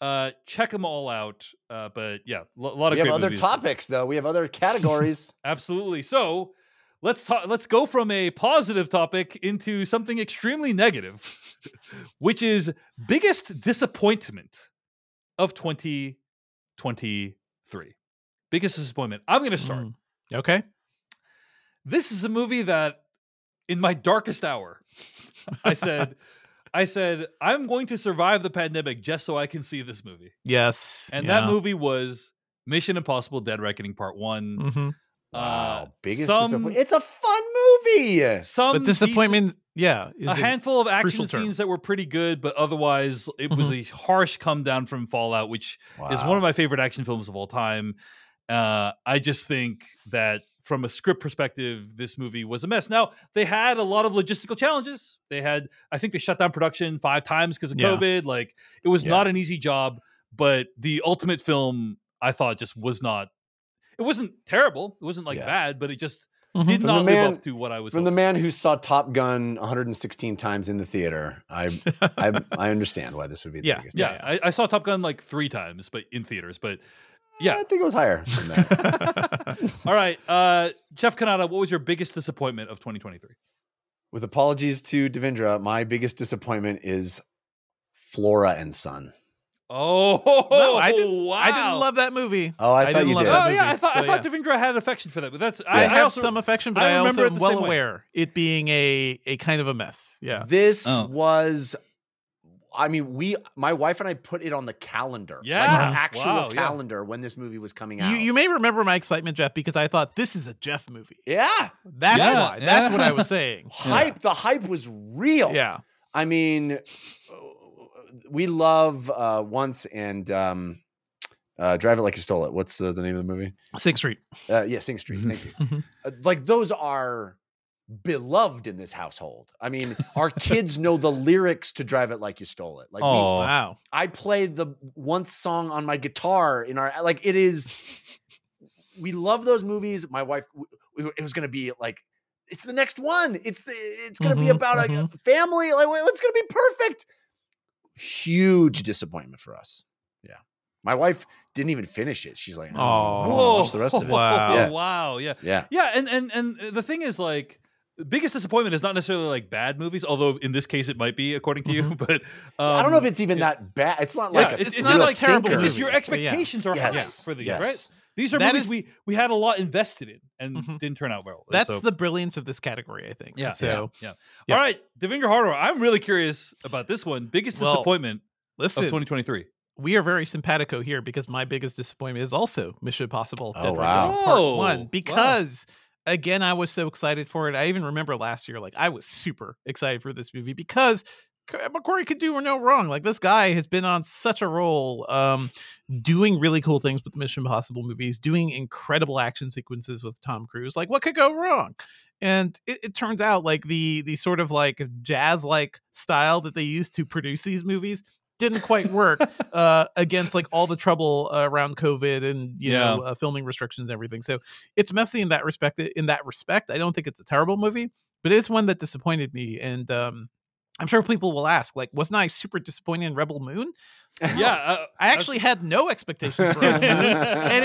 [SPEAKER 1] Uh, check them all out. Uh, but yeah, a lot of
[SPEAKER 3] We have
[SPEAKER 1] great
[SPEAKER 3] other
[SPEAKER 1] movies.
[SPEAKER 3] topics though. We have other categories.
[SPEAKER 1] Absolutely. So let's talk. Let's go from a positive topic into something extremely negative, which is biggest disappointment of 2023. Biggest disappointment. I'm going to start.
[SPEAKER 2] Mm. Okay.
[SPEAKER 1] this is a movie that in my darkest hour i said i said i'm going to survive the pandemic just so i can see this movie
[SPEAKER 2] Yes.
[SPEAKER 1] and that movie was mission impossible dead reckoning part one
[SPEAKER 2] hmm
[SPEAKER 1] Uh,
[SPEAKER 3] wow, biggest
[SPEAKER 1] some-
[SPEAKER 3] disappointment. It's a fun movie.
[SPEAKER 1] some
[SPEAKER 2] But disappointment. yeah. Is
[SPEAKER 1] decent- a
[SPEAKER 2] it-
[SPEAKER 1] handful of action
[SPEAKER 2] crucial term.
[SPEAKER 1] scenes that were pretty good but otherwise it was a harsh come down from fallout which is one
[SPEAKER 3] Mm-hmm. Wow.
[SPEAKER 1] of my favorite action films of all time. Uh, I just think that from a script perspective, this movie was a mess. Now they had a lot of logistical challenges. They had, I think, they shut down production five times because of
[SPEAKER 2] Yeah.
[SPEAKER 1] COVID. Like it was
[SPEAKER 3] Yeah.
[SPEAKER 1] not an easy job, but the ultimate film, I thought, just was not. It wasn't terrible. It wasn't like
[SPEAKER 3] Yeah. Mm-hmm.
[SPEAKER 1] bad, but it just
[SPEAKER 2] Mhm.
[SPEAKER 1] did
[SPEAKER 3] From the
[SPEAKER 1] not live
[SPEAKER 3] man-
[SPEAKER 1] up to what I was.
[SPEAKER 3] From the
[SPEAKER 1] hoping.
[SPEAKER 3] man who saw Top Gun 116 times in the theater, I I, I understand why this would be the
[SPEAKER 2] Yeah,
[SPEAKER 3] biggest.
[SPEAKER 1] yeah,
[SPEAKER 3] disappointment.
[SPEAKER 1] I, I saw Top Gun like three times, but in theaters. But yeah,
[SPEAKER 3] I think it was higher than that.
[SPEAKER 1] All right, uh, Jeff Kanata, what was your biggest disappointment of 2023?
[SPEAKER 3] With apologies to Devendra, my biggest disappointment is Flora and Son.
[SPEAKER 1] Oh,
[SPEAKER 2] No, I didn't-
[SPEAKER 1] wow.
[SPEAKER 2] I didn't love that movie.
[SPEAKER 3] Oh, I,
[SPEAKER 2] I
[SPEAKER 3] thought
[SPEAKER 2] didn't
[SPEAKER 3] you
[SPEAKER 2] love
[SPEAKER 3] did.
[SPEAKER 1] Oh
[SPEAKER 2] that
[SPEAKER 1] yeah, I
[SPEAKER 2] movie,
[SPEAKER 1] thought I
[SPEAKER 2] but
[SPEAKER 1] thought Devendra had affection for that, but that's I,
[SPEAKER 2] I, have
[SPEAKER 1] also,
[SPEAKER 2] some affection, but
[SPEAKER 1] I
[SPEAKER 2] I,
[SPEAKER 1] remember
[SPEAKER 2] also
[SPEAKER 1] it the
[SPEAKER 2] am
[SPEAKER 1] same
[SPEAKER 2] well
[SPEAKER 1] way.
[SPEAKER 2] aware it being a a kind of a mess. Yeah.
[SPEAKER 3] This
[SPEAKER 1] Oh.
[SPEAKER 3] was, I mean, we, my wife and I put it on the calendar. like
[SPEAKER 1] Yeah.
[SPEAKER 3] our
[SPEAKER 1] Mhm.
[SPEAKER 3] actual
[SPEAKER 1] Wow, yeah.
[SPEAKER 3] calendar when this movie was coming out.
[SPEAKER 2] You you may remember my excitement, Jeff, because I thought this is a Jeff movie.
[SPEAKER 3] yeah.
[SPEAKER 2] That's
[SPEAKER 1] Yes.
[SPEAKER 2] why. That's
[SPEAKER 1] Yeah.
[SPEAKER 2] what I was saying.
[SPEAKER 3] Hype. The hype was real.
[SPEAKER 2] Yeah.
[SPEAKER 3] I mean, we love uh, Once and um, uh, Drive It Like You Stole It. What's uh, the name of the movie?
[SPEAKER 2] Sixth Street.
[SPEAKER 3] Uh, yeah, Sing Street. Thank you.
[SPEAKER 2] Mhm.
[SPEAKER 3] Uh, like those are beloved in this household. I mean, our kids know the lyrics to "Drive It Like You Stole It." Like, we-
[SPEAKER 1] Oh.
[SPEAKER 2] Wow.
[SPEAKER 3] I played the once song on my guitar in our like. It is. We love those movies. My wife, w- w- it was going to be like, it's the next one. It's the, it's going to be
[SPEAKER 2] Mhm,
[SPEAKER 3] about a
[SPEAKER 2] mhm.
[SPEAKER 3] family. Like, well, it's going to be perfect. Huge disappointment for us. Yeah, my wife didn't even finish it. She's like, oh, I don't wanna
[SPEAKER 2] Whoa.
[SPEAKER 3] watch the rest of it.
[SPEAKER 2] Wow.
[SPEAKER 3] Yeah.
[SPEAKER 1] wow, yeah,
[SPEAKER 3] Yeah.
[SPEAKER 1] yeah, and and and the thing is, like, the biggest disappointment is not necessarily like bad movies, although in this case it might be, according to you.
[SPEAKER 2] Mm-hmm.
[SPEAKER 1] But um,
[SPEAKER 3] I don't know if it's even
[SPEAKER 1] yeah.
[SPEAKER 3] that bad. It's not
[SPEAKER 1] Yeah,
[SPEAKER 3] like a,
[SPEAKER 1] it's- it's
[SPEAKER 3] real
[SPEAKER 1] not like
[SPEAKER 2] terrible
[SPEAKER 1] it's
[SPEAKER 3] stinker.
[SPEAKER 1] just your
[SPEAKER 2] movie, but yeah.
[SPEAKER 1] expectations are high
[SPEAKER 3] Yes,
[SPEAKER 1] for these,
[SPEAKER 3] yes.
[SPEAKER 1] right? These are
[SPEAKER 2] That
[SPEAKER 1] movies
[SPEAKER 2] is-
[SPEAKER 1] we we had a lot invested in and
[SPEAKER 2] Mhm.
[SPEAKER 1] didn't turn out well.
[SPEAKER 2] That's
[SPEAKER 1] so-
[SPEAKER 2] the brilliance of this category, I think.
[SPEAKER 1] Yeah, yeah.
[SPEAKER 2] So
[SPEAKER 1] yeah.
[SPEAKER 2] yeah.
[SPEAKER 1] All right, Devinder Hardware. I'm really curious about this one. Biggest
[SPEAKER 2] Well,
[SPEAKER 1] disappointment of
[SPEAKER 2] listen,
[SPEAKER 1] 2023.
[SPEAKER 2] we are very simpatico here because my biggest disappointment is also Mission Impossible
[SPEAKER 3] Oh,
[SPEAKER 2] Dead
[SPEAKER 3] wow.
[SPEAKER 2] Reckoning Part
[SPEAKER 1] Whoa, wow.
[SPEAKER 2] One because again I was so excited for it. I even remember last year like I was super excited for this movie because C- uh, McQuarrie could do no wrong. Like this guy has been on such a roll, um, doing really cool things with Mission Impossible movies, doing incredible action sequences with Tom Cruise. Like what could go wrong? And it, it turns out like the the sort of like jazz like style that they use to produce these movies didn't quite work uh, against like all the trouble uh, around COVID and you
[SPEAKER 1] Yeah.
[SPEAKER 2] know uh, filming restrictions and everything. So it's messy in that respect. In that respect, I don't think it's a terrible movie, but it's one that disappointed me. And um, I'm sure people will ask, like, wasn't I super disappointed in Rebel Moon?
[SPEAKER 1] yeah, uh,
[SPEAKER 2] I actually had no expectations for Rebel Moon, and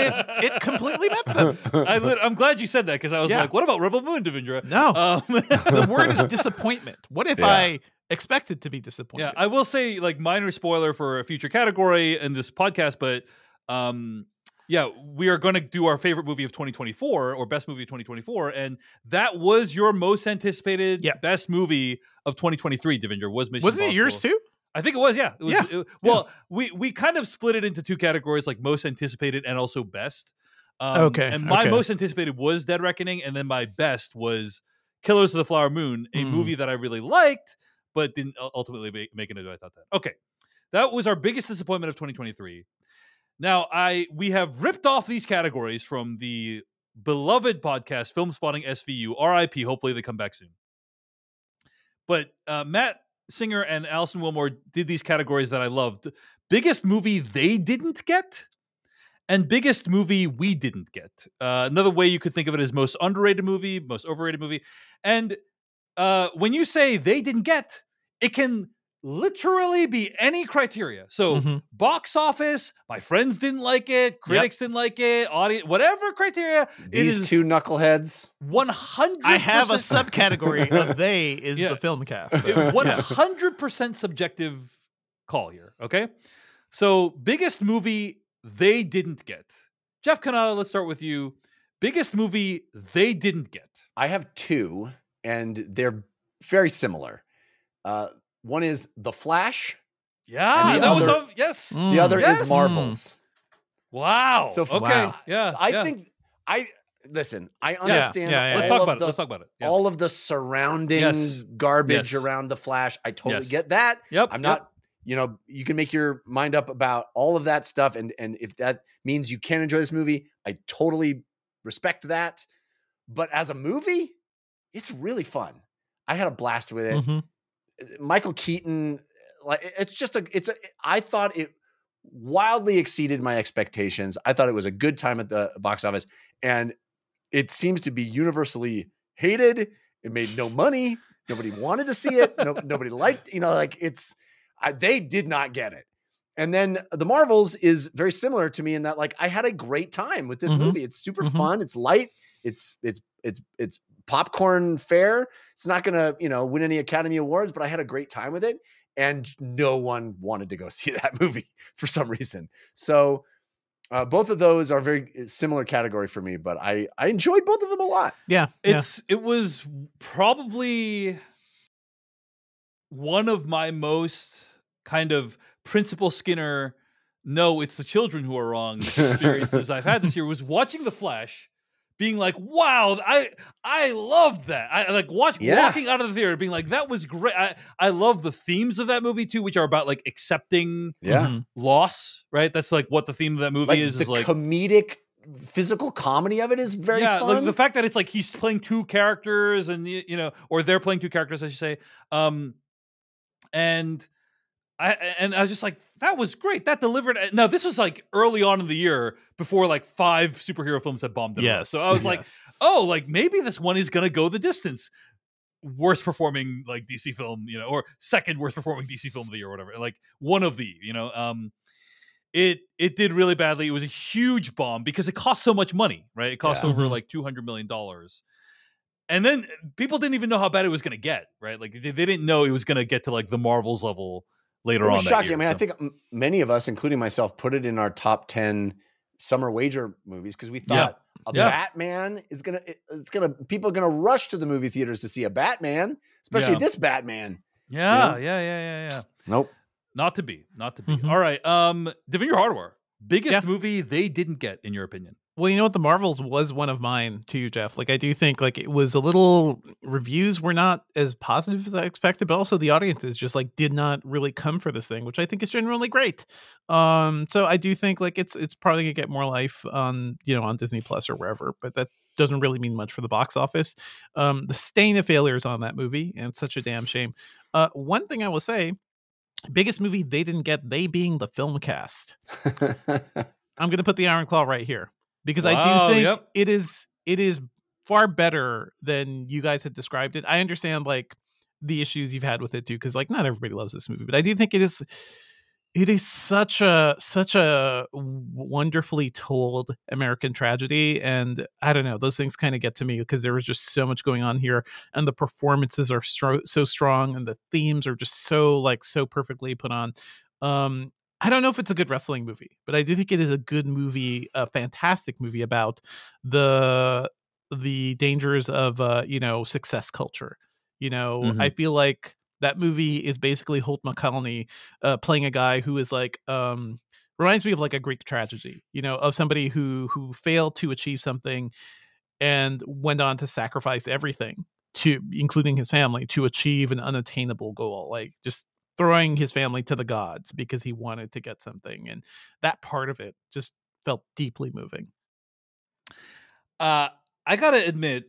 [SPEAKER 2] it it completely met them.
[SPEAKER 1] I lit- I'm glad you said that because I was
[SPEAKER 2] Yeah.
[SPEAKER 1] like, what about Rebel Moon, Devendra?
[SPEAKER 2] No,
[SPEAKER 1] Um,
[SPEAKER 2] the word is disappointment. What if
[SPEAKER 3] Yeah.
[SPEAKER 2] I expected to be disappointed?
[SPEAKER 1] yeah, I will say like minor spoiler for a future category in this podcast, but um, yeah, we are going to do our favorite movie of 2024 or best movie of 2024, and that was your most anticipated
[SPEAKER 2] Yeah.
[SPEAKER 1] best movie of 2023. Devendra was Mission
[SPEAKER 2] Wasn't it yours
[SPEAKER 1] Impossible.
[SPEAKER 2] too?
[SPEAKER 1] I think it was. Yeah. It was,
[SPEAKER 2] Yeah,
[SPEAKER 1] it- well, we we kind of split it into two categories, like most anticipated and also best. Um,
[SPEAKER 2] Okay,
[SPEAKER 1] And my
[SPEAKER 2] okay.
[SPEAKER 1] most anticipated was Dead Reckoning, and then my best was Killers of the Flower Moon, a
[SPEAKER 2] Hmm.
[SPEAKER 1] movie that I really liked, but didn't u- ultimately ma- make it into. I thought that. Okay, that was our biggest disappointment of 2023. Now I we have ripped off these categories from the beloved podcast Film Spotting SVU. R.I.P. Hopefully they come back soon. But uh, Matt Singer and Allison Wilmore did these categories that I loved. Biggest movie they didn't get, and biggest movie we didn't get. Uh, another way you could think of it is most underrated movie, most overrated movie. And uh, when you say they didn't get, it can literally be any criteria. So
[SPEAKER 2] Mhm.
[SPEAKER 1] box office, my friends didn't like it, critics didn't like it, audience, whatever criteria,
[SPEAKER 3] These
[SPEAKER 1] is-
[SPEAKER 3] two knuckleheads.
[SPEAKER 1] one hundred.
[SPEAKER 2] I have a subcategory of they is
[SPEAKER 1] Yeah.
[SPEAKER 2] the film cast. so,
[SPEAKER 1] It-
[SPEAKER 2] yeah.
[SPEAKER 1] 100% subjective call here. Okay. So, biggest movie they didn't get. Jeff Canada, let's start with you. Biggest movie they didn't get.
[SPEAKER 3] I have two, and they're very similar. Uh, one is The Flash.
[SPEAKER 1] Yeah.
[SPEAKER 3] the
[SPEAKER 1] that was
[SPEAKER 3] other-
[SPEAKER 1] a- yes.
[SPEAKER 3] The
[SPEAKER 2] Mm.
[SPEAKER 3] other
[SPEAKER 1] Hmm. Yes.
[SPEAKER 3] is Marvels.
[SPEAKER 1] Wow.
[SPEAKER 3] So,
[SPEAKER 1] okay.
[SPEAKER 2] wow.
[SPEAKER 1] Yeah.
[SPEAKER 3] I
[SPEAKER 1] yeah.
[SPEAKER 3] think I listen. I understand.
[SPEAKER 2] yeah, yeah.
[SPEAKER 1] Let's talk
[SPEAKER 3] all of
[SPEAKER 1] about it.
[SPEAKER 3] the-
[SPEAKER 1] Let's talk about it. Yeah.
[SPEAKER 3] all of the surrounding
[SPEAKER 1] Yes.
[SPEAKER 3] garbage
[SPEAKER 1] Yes.
[SPEAKER 3] around the Flash. I totally
[SPEAKER 1] Yes.
[SPEAKER 3] get that.
[SPEAKER 1] yep.
[SPEAKER 3] I'm
[SPEAKER 1] yep.
[SPEAKER 3] not, you know, you can make your mind up about all of that stuff. And and if that means you can enjoy this movie, I totally respect that. But as a movie, it's really fun. I had a blast with it.
[SPEAKER 2] Mhm.
[SPEAKER 3] Michael Keaton, like it- it's just a it's a I thought it wildly exceeded my expectations. I thought it was a good time at the box office and it seems to be universally hated. It made no money. Nobody wanted to see it. No, nobody liked, you know, like it's I, they did not get it. And then The Marvels is very similar to me in that like I had a great time with this
[SPEAKER 2] Mhm.
[SPEAKER 3] movie. It's super
[SPEAKER 1] Mm-hmm.
[SPEAKER 2] Mhm.
[SPEAKER 3] fun, it's light, it's it's it's it's popcorn fare it's not gonna you know win any academy awards but i had a great time with it and no one wanted to go see that movie for some reason so uh, both of those are very uh, similar category for me but i i enjoyed both of them a lot
[SPEAKER 2] Yeah. yeah.
[SPEAKER 1] it's it was probably one of my most kind of principal skinner no it's the children who are wrong experiences i've had this year was watching the flash being like wow i i loved that i like watch
[SPEAKER 3] Yeah.
[SPEAKER 1] walking out of the theater being like that was great i i love the themes of that movie too which are about like accepting
[SPEAKER 2] Mhm.
[SPEAKER 1] loss right that's like what the theme of that movie
[SPEAKER 3] like
[SPEAKER 1] Mm-hmm. is
[SPEAKER 3] the
[SPEAKER 1] is like
[SPEAKER 3] comedic physical comedy of it is very
[SPEAKER 1] yeah,
[SPEAKER 3] fun
[SPEAKER 1] like the fact that it's like he's playing two characters, and y- you know, or they're playing two characters, I should say. Um, and I and I was just like, that was great. That delivered. Now this was like early on in the year, before like five superhero films had bombed. everywhere.
[SPEAKER 2] Yes.
[SPEAKER 1] so I was like,
[SPEAKER 2] yes.
[SPEAKER 1] oh, like maybe this one is gonna go the distance. Worst performing like DC film, you know, or second worst performing DC film of the year, or whatever. Like one of the, you know, um, it it did really badly. It was a huge bomb because it cost so much money, right? It cost
[SPEAKER 2] Yeah.
[SPEAKER 1] over
[SPEAKER 3] Mm-hmm.
[SPEAKER 2] Mhm.
[SPEAKER 1] like two hundred million dollars, and then uh, people didn't even know how bad it was gonna get, right? Like they, they didn't know it was gonna get to like the Marvels level later
[SPEAKER 3] it
[SPEAKER 1] on.
[SPEAKER 3] was
[SPEAKER 1] that
[SPEAKER 3] shocking
[SPEAKER 1] year,
[SPEAKER 3] i mean i
[SPEAKER 1] so-
[SPEAKER 3] think m- many of us including myself put it in our top 10 summer wager movies because we
[SPEAKER 1] Yeah.
[SPEAKER 3] thought a
[SPEAKER 1] Yeah.
[SPEAKER 3] batman is gonna it- it's gonna people are gonna rush to the movie theaters to see a batman especially
[SPEAKER 1] Yeah.
[SPEAKER 3] this batman
[SPEAKER 1] yeah, yeah, yeah, yeah, yeah.
[SPEAKER 3] nope
[SPEAKER 1] Not to be, not to be.
[SPEAKER 2] Mhm.
[SPEAKER 1] All right, um, Divinity Hardware, biggest
[SPEAKER 2] Yeah.
[SPEAKER 1] movie they didn't get in your opinion.
[SPEAKER 2] Well, you know what? The Marvels was one of mine too, Jeff. Like I do think like it was a little reviews were not as positive as I expected, but also the audiences just like did not really come for this thing, which I think is generally great. Um, so I do think like it's it's probably gonna get more life on you know on Disney Plus or wherever, but that doesn't really mean much for the box office. Um, the stain of failures on that movie, and it's such a damn shame. Uh, one thing I will say Biggest movie they didn't get, they being the film cast. I'm gonna put the Iron Claw right here because I
[SPEAKER 1] Wow,
[SPEAKER 2] do think
[SPEAKER 1] yep.
[SPEAKER 2] it is it is far better than you guys had described it. I understand like the issues you've had with it too, because like not everybody loves this movie, but I do think it is it is such a such a wonderfully told American tragedy, and I don't know those things kind of get to me because there was just so much going on here, and the performances are so, so strong, and the themes are just so like so perfectly put on. Um, I don't know if it's a good wrestling movie, but I do think it is a good movie, a fantastic movie about the the dangers of uh, you know success culture. You know, I feel like that movie is basically Holt McCallany uh, playing a guy who is like um, reminds me of like a Greek tragedy. You know, of somebody who who failed to achieve something and went on to sacrifice everything to including his family to achieve an unattainable goal like just throwing his family to the gods because he wanted to get something and that part of it just felt deeply moving
[SPEAKER 1] Uh, I gotta admit,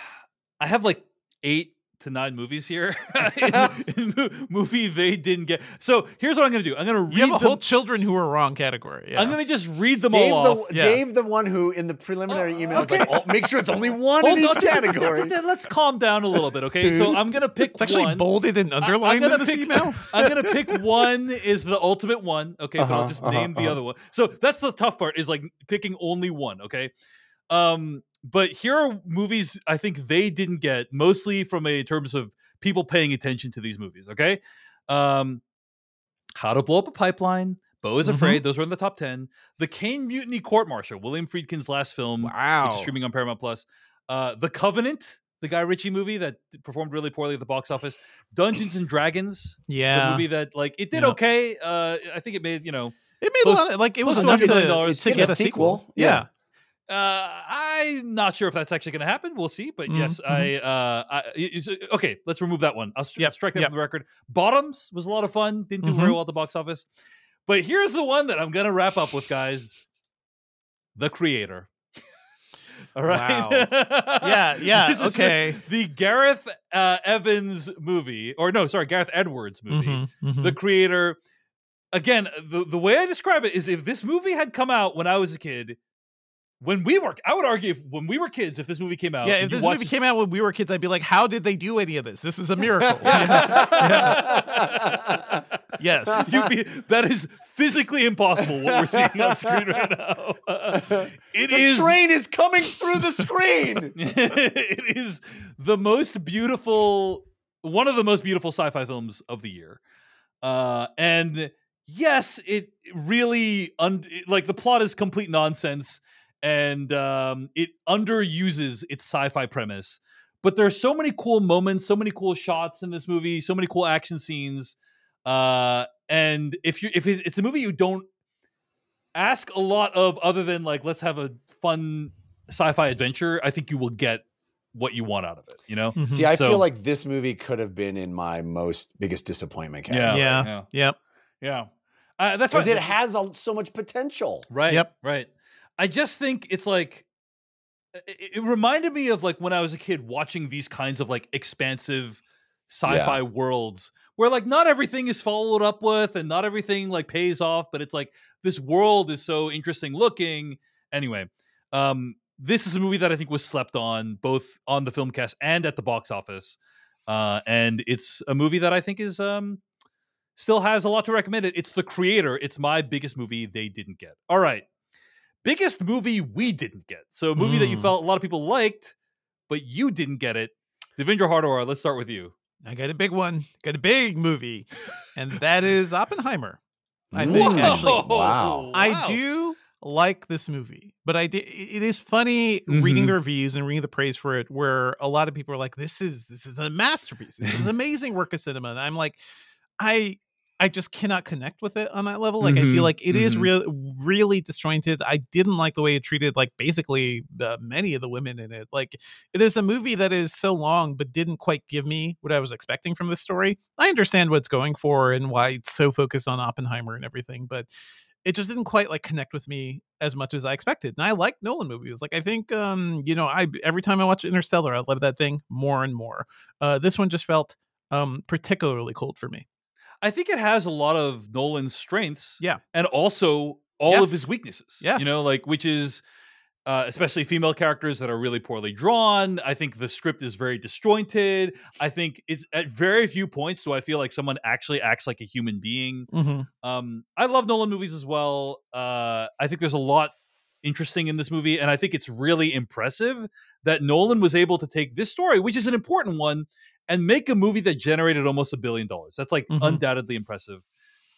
[SPEAKER 1] I have like eight to nine movies here. in, in mo- movie they didn't get. So here's what I'm gonna do. I'm gonna read.
[SPEAKER 2] you have a
[SPEAKER 1] them-
[SPEAKER 2] whole children who are wrong category yeah.
[SPEAKER 1] I'm gonna just read them
[SPEAKER 3] Dave,
[SPEAKER 1] all
[SPEAKER 3] the,
[SPEAKER 1] off.
[SPEAKER 2] yeah.
[SPEAKER 3] Dave, the one who in the preliminary
[SPEAKER 1] Oh,
[SPEAKER 3] email is
[SPEAKER 1] okay.
[SPEAKER 3] like, oh, make sure it's only one
[SPEAKER 1] Hold
[SPEAKER 3] in each
[SPEAKER 1] on, just-
[SPEAKER 3] category.
[SPEAKER 1] just- Let's calm down a little bit, okay? So I'm gonna pick
[SPEAKER 2] it's actually
[SPEAKER 1] one.
[SPEAKER 2] bolded and
[SPEAKER 1] I'm
[SPEAKER 2] underlined
[SPEAKER 1] gonna
[SPEAKER 2] in this
[SPEAKER 1] pick-
[SPEAKER 2] email
[SPEAKER 1] I'm gonna pick one is the ultimate one, okay? but
[SPEAKER 3] Uh-huh,
[SPEAKER 1] I'll just
[SPEAKER 3] uh-huh,
[SPEAKER 1] name the
[SPEAKER 3] uh-huh.
[SPEAKER 1] other one. So that's the tough part is like picking only one, okay? Um, but here are movies I think they didn't get, mostly from a terms of people paying attention to these movies, okay? Um, How to Blow Up a Pipeline, Bo is
[SPEAKER 2] Mhm.
[SPEAKER 1] Afraid, those were in the top ten. The Kane Mutiny Court Martial, William Friedkin's last film, which is
[SPEAKER 2] wow
[SPEAKER 1] streaming on Paramount Plus. Uh, the Covenant, the Guy Ritchie movie that performed really poorly at the box office. Dungeons and Dragons, the
[SPEAKER 2] yeah
[SPEAKER 1] movie that like it did
[SPEAKER 2] Yeah.
[SPEAKER 1] okay. Uh, I think it made you know.
[SPEAKER 2] it made
[SPEAKER 1] Close-
[SPEAKER 2] a lot of, like it was
[SPEAKER 1] close to
[SPEAKER 2] enough to,
[SPEAKER 1] $100 million
[SPEAKER 2] to
[SPEAKER 3] to
[SPEAKER 2] get
[SPEAKER 3] get
[SPEAKER 2] a
[SPEAKER 3] a
[SPEAKER 2] sequel,
[SPEAKER 3] sequel,
[SPEAKER 2] Yeah.
[SPEAKER 3] yeah.
[SPEAKER 1] Uh, I'm not sure if that's actually going to happen. We'll see. But
[SPEAKER 2] Mhm,
[SPEAKER 1] yes, I. Uh, I is- okay. Let's remove that one. I'll stri-
[SPEAKER 2] Yep,
[SPEAKER 1] strike that
[SPEAKER 2] yep.
[SPEAKER 1] from the record. Bottoms was a lot of fun. Didn't do very
[SPEAKER 2] Mhm.
[SPEAKER 1] well at the box office. But here's the one that I'm going to wrap up with, guys. The creator. All right.
[SPEAKER 2] yeah yeah
[SPEAKER 1] This is the-
[SPEAKER 2] okay
[SPEAKER 1] The Gareth uh, Evans movie, or no, sorry, Gareth Edwards movie
[SPEAKER 2] Mhm, mhm.
[SPEAKER 1] the creator again the, the way i describe it is if this movie had come out when i was a kid when we were i would argue if, when we were kids if this movie came out
[SPEAKER 2] yeah
[SPEAKER 1] and
[SPEAKER 2] if
[SPEAKER 1] you
[SPEAKER 2] this
[SPEAKER 1] watched-
[SPEAKER 2] movie came out when we were kids i'd be like how did they do any of this this is a miracle
[SPEAKER 3] Yeah.
[SPEAKER 2] yes
[SPEAKER 1] You'd be, that is physically impossible what we're seeing on screen right now It
[SPEAKER 3] the
[SPEAKER 1] is.
[SPEAKER 3] train is coming through the screen.
[SPEAKER 1] it is the most beautiful one of the most beautiful sci-fi films of the year uh and yes it really un- it- like the plot is complete nonsense and um it underuses its sci-fi premise but there's so many cool moments so many cool shots in this movie so many cool action scenes uh and if you if it, it's a movie you don't ask a lot of other than like let's have a fun sci-fi adventure i think you will get what you want out of it you know
[SPEAKER 2] Mhm.
[SPEAKER 3] See, I
[SPEAKER 1] So-
[SPEAKER 3] feel like this movie could have been in my most biggest disappointment
[SPEAKER 1] yeah
[SPEAKER 3] category.
[SPEAKER 2] Yeah.
[SPEAKER 1] yeah
[SPEAKER 2] Yep.
[SPEAKER 1] yeah uh, that's
[SPEAKER 3] Because
[SPEAKER 1] why-
[SPEAKER 3] it has a, so much potential.
[SPEAKER 1] Right.
[SPEAKER 2] Yep.
[SPEAKER 1] Right. I just think it's like it, it reminded me of like when I was a kid watching these kinds of like expansive sci-fi worlds where like not everything is followed up with and not everything like pays off, but it's like this world is so interesting looking. Anyway, um this is a movie that I think was slept on both on the film cast and at the box office. Uh and it's a movie that I think is um still has a lot to recommend it. It's the creator. It's my biggest movie they didn't get. All right. Biggest movie we didn't get. So a movie that you
[SPEAKER 2] Mm.
[SPEAKER 1] felt a lot of people liked, but you didn't get it. Devendra Hardwar, let's start with you.
[SPEAKER 2] I got a big one. Got a big movie, and that is Oppenheimer. I think
[SPEAKER 1] Whoa!
[SPEAKER 2] actually,
[SPEAKER 3] Wow.
[SPEAKER 2] I
[SPEAKER 1] Wow.
[SPEAKER 2] do like this movie, but I did. It is funny reading
[SPEAKER 1] Mhm.
[SPEAKER 2] the reviews and reading the praise for it, where a lot of people are like, "This is this is a masterpiece. This is an amazing work of cinema," and I'm like, I. I just cannot connect with it on that level. Like I
[SPEAKER 1] Mhm,
[SPEAKER 2] feel like it is
[SPEAKER 1] mhm.
[SPEAKER 2] real, really disjointed. I didn't like the way it treated like basically uh, many of the women in it. Like it is a movie that is so long but didn't quite give me what i was expecting from this story i understand what it's going for and why it's so focused on oppenheimer and everything but it just didn't quite like connect with me as much as i expected and i like nolan movies like i think um you know i every time i watch interstellar i love that thing more and more uh this one just felt um particularly cold for me
[SPEAKER 1] I think it has a lot of Nolan's strengths.
[SPEAKER 2] Yeah.
[SPEAKER 1] And also all of his
[SPEAKER 2] Yes.
[SPEAKER 1] weaknesses. You
[SPEAKER 2] Yes.
[SPEAKER 1] know, like which is uh, especially female characters that are really poorly drawn. I think the script is very disjointed. I think it's at very few points do I feel like someone actually acts like a human being.
[SPEAKER 2] Mhm.
[SPEAKER 1] Um, I love Nolan movies as well. Uh, I think there's a lot interesting in this movie, and I think it's really impressive that Nolan was able to take this story, which is an important one, and make a movie that generated almost a billion dollars. That's like
[SPEAKER 2] Mhm.
[SPEAKER 1] undoubtedly impressive.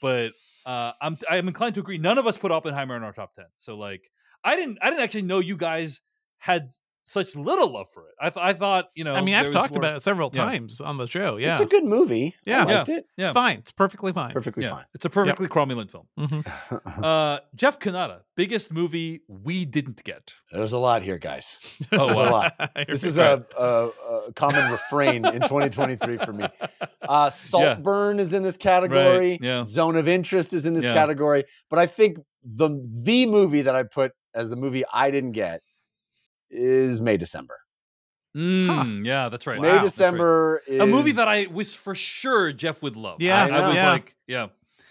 [SPEAKER 1] But uh, I'm I'm inclined to agree. None of us put Oppenheimer in our top ten, so like I didn't I didn't actually know you guys had such little love for it. I, th- I thought you know
[SPEAKER 2] I mean,
[SPEAKER 1] there
[SPEAKER 2] I've
[SPEAKER 1] was
[SPEAKER 2] talked
[SPEAKER 1] more-
[SPEAKER 2] about it several
[SPEAKER 1] Yeah.
[SPEAKER 2] times on the show. Yeah,
[SPEAKER 3] It's a good movie.
[SPEAKER 2] Yeah.
[SPEAKER 3] I liked it.
[SPEAKER 2] It's
[SPEAKER 1] Yeah.
[SPEAKER 2] fine. It's perfectly fine.
[SPEAKER 3] Perfectly Mm.
[SPEAKER 1] yeah, It's a perfectly cromulent film.
[SPEAKER 2] Mhm.
[SPEAKER 3] fine.
[SPEAKER 1] Uh, Jeff Kanata, biggest movie we didn't get.
[SPEAKER 3] There's a lot here, guys.
[SPEAKER 1] Oh,
[SPEAKER 3] There's a
[SPEAKER 1] wow.
[SPEAKER 3] lot.
[SPEAKER 2] Here
[SPEAKER 3] This
[SPEAKER 2] we
[SPEAKER 3] is
[SPEAKER 2] go.
[SPEAKER 3] a, a, a common refrain in 2023 for me. Uh, Saltburn is in this category.
[SPEAKER 1] yeah.
[SPEAKER 3] Zone of Interest is in this
[SPEAKER 1] Yeah.
[SPEAKER 3] category. But I think the the movie that I put as the movie I didn't get is May December.
[SPEAKER 1] Mm, Yeah, that's right.
[SPEAKER 2] Wow.
[SPEAKER 3] May
[SPEAKER 1] That's right.
[SPEAKER 3] December is
[SPEAKER 1] A movie that I was for sure Jeff would love.
[SPEAKER 2] Yeah,
[SPEAKER 1] I, I
[SPEAKER 3] I
[SPEAKER 1] was
[SPEAKER 2] know.
[SPEAKER 1] like, yeah,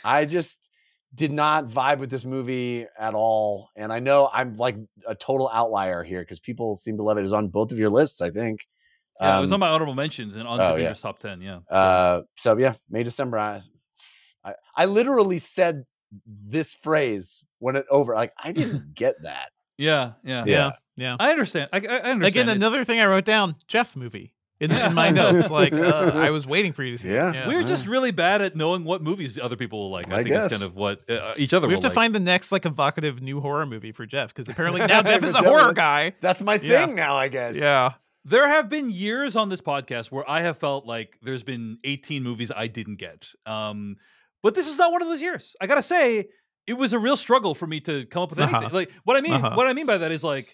[SPEAKER 3] I just did not vibe with this movie at all. And I know I'm like a total outlier here because people seem to love it. It was on both of your lists, I think.
[SPEAKER 1] yeah. it was
[SPEAKER 3] Um,
[SPEAKER 1] on my honorable mentions and on
[SPEAKER 3] oh,
[SPEAKER 1] the
[SPEAKER 3] yeah.
[SPEAKER 1] top ten. Yeah,
[SPEAKER 3] Uh, so yeah, May December. I, I I literally said this phrase when it over. Like I didn't get that.
[SPEAKER 1] yeah, yeah,
[SPEAKER 2] yeah, yeah.
[SPEAKER 1] I understand. I, I I understand.
[SPEAKER 2] Again,
[SPEAKER 1] It's-
[SPEAKER 2] another thing I wrote down: Jeff movie in, in my
[SPEAKER 1] Yeah.
[SPEAKER 2] notes. Like uh, I was waiting for you to see. it.
[SPEAKER 3] Yeah.
[SPEAKER 2] yeah.
[SPEAKER 1] we're
[SPEAKER 3] Yeah.
[SPEAKER 1] just really bad at knowing what movies other people will like. I,
[SPEAKER 3] I
[SPEAKER 1] think it's
[SPEAKER 3] guess.
[SPEAKER 1] kind of what uh, each other.
[SPEAKER 2] we have
[SPEAKER 1] will
[SPEAKER 2] to
[SPEAKER 1] like.
[SPEAKER 2] find the next like evocative new horror movie for Jeff because apparently now Jeff is a
[SPEAKER 3] Evidently.
[SPEAKER 2] horror guy.
[SPEAKER 3] That's my thing
[SPEAKER 2] Yeah.
[SPEAKER 3] now. I guess.
[SPEAKER 2] Yeah,
[SPEAKER 1] There have been years on this podcast where I have felt like there's been 18 movies I didn't get. Um, but this is not one of those years. I gotta say, it was a real struggle for me to come up with anything.
[SPEAKER 2] Uh-huh.
[SPEAKER 1] Like what I mean,
[SPEAKER 2] Uh-huh.
[SPEAKER 1] what I mean by that is like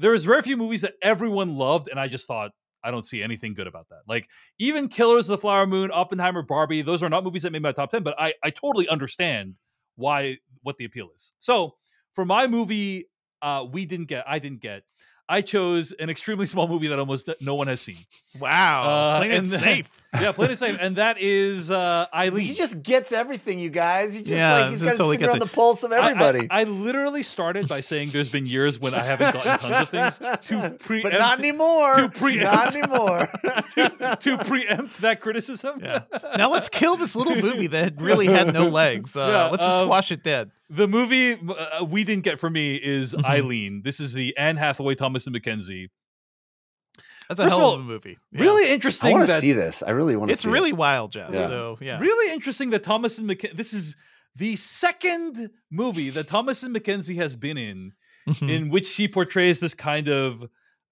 [SPEAKER 1] there is very few movies that everyone loved, and I just thought I don't see anything good about that. Like even Killers of the Flower Moon, Oppenheimer, Barbie, those are not movies that made my top 10, but I, I totally understand why what the appeal is. So for my movie, uh, we didn't get, I didn't get. I chose an extremely small movie that almost no one has seen.
[SPEAKER 2] wow,
[SPEAKER 1] Uh,
[SPEAKER 2] plain
[SPEAKER 1] and
[SPEAKER 2] and
[SPEAKER 1] then-
[SPEAKER 2] safe.
[SPEAKER 1] Yeah, plain and safe. And that is uh, Eileen.
[SPEAKER 3] He just gets everything, you guys. He just
[SPEAKER 2] Yeah,
[SPEAKER 3] like he's
[SPEAKER 2] this
[SPEAKER 3] got his
[SPEAKER 2] totally
[SPEAKER 3] finger
[SPEAKER 2] gets
[SPEAKER 3] on the
[SPEAKER 2] it.
[SPEAKER 3] pulse of
[SPEAKER 1] I- I-
[SPEAKER 3] everybody.
[SPEAKER 1] I, literally started by saying there's been years when I haven't gotten tons of things to preempt
[SPEAKER 3] but not anymore.
[SPEAKER 1] to preempt-
[SPEAKER 3] not anymore.
[SPEAKER 1] to, to preempt that criticism.
[SPEAKER 2] Yeah. Now let's kill this little movie that really had no legs. Uh,
[SPEAKER 1] Yeah,
[SPEAKER 2] let's just
[SPEAKER 1] um,
[SPEAKER 2] squash it dead.
[SPEAKER 1] The movie uh, we didn't get for me is
[SPEAKER 2] Mhm.
[SPEAKER 1] Eileen. This is the Anne Hathaway, Thomas and McKenzie.
[SPEAKER 2] That's a
[SPEAKER 1] First of
[SPEAKER 2] hell of
[SPEAKER 1] all,
[SPEAKER 2] a movie. Yeah.
[SPEAKER 1] Really
[SPEAKER 3] I
[SPEAKER 1] interesting
[SPEAKER 3] want to
[SPEAKER 1] that
[SPEAKER 3] see this. I really want to.
[SPEAKER 2] it's really wild, Jeff.
[SPEAKER 3] Yeah.
[SPEAKER 2] So yeah,
[SPEAKER 1] really interesting that Thomas and McKenzie. This is the second movie that Thomas and McKenzie has been in
[SPEAKER 2] Mhm.
[SPEAKER 1] in which she portrays this kind of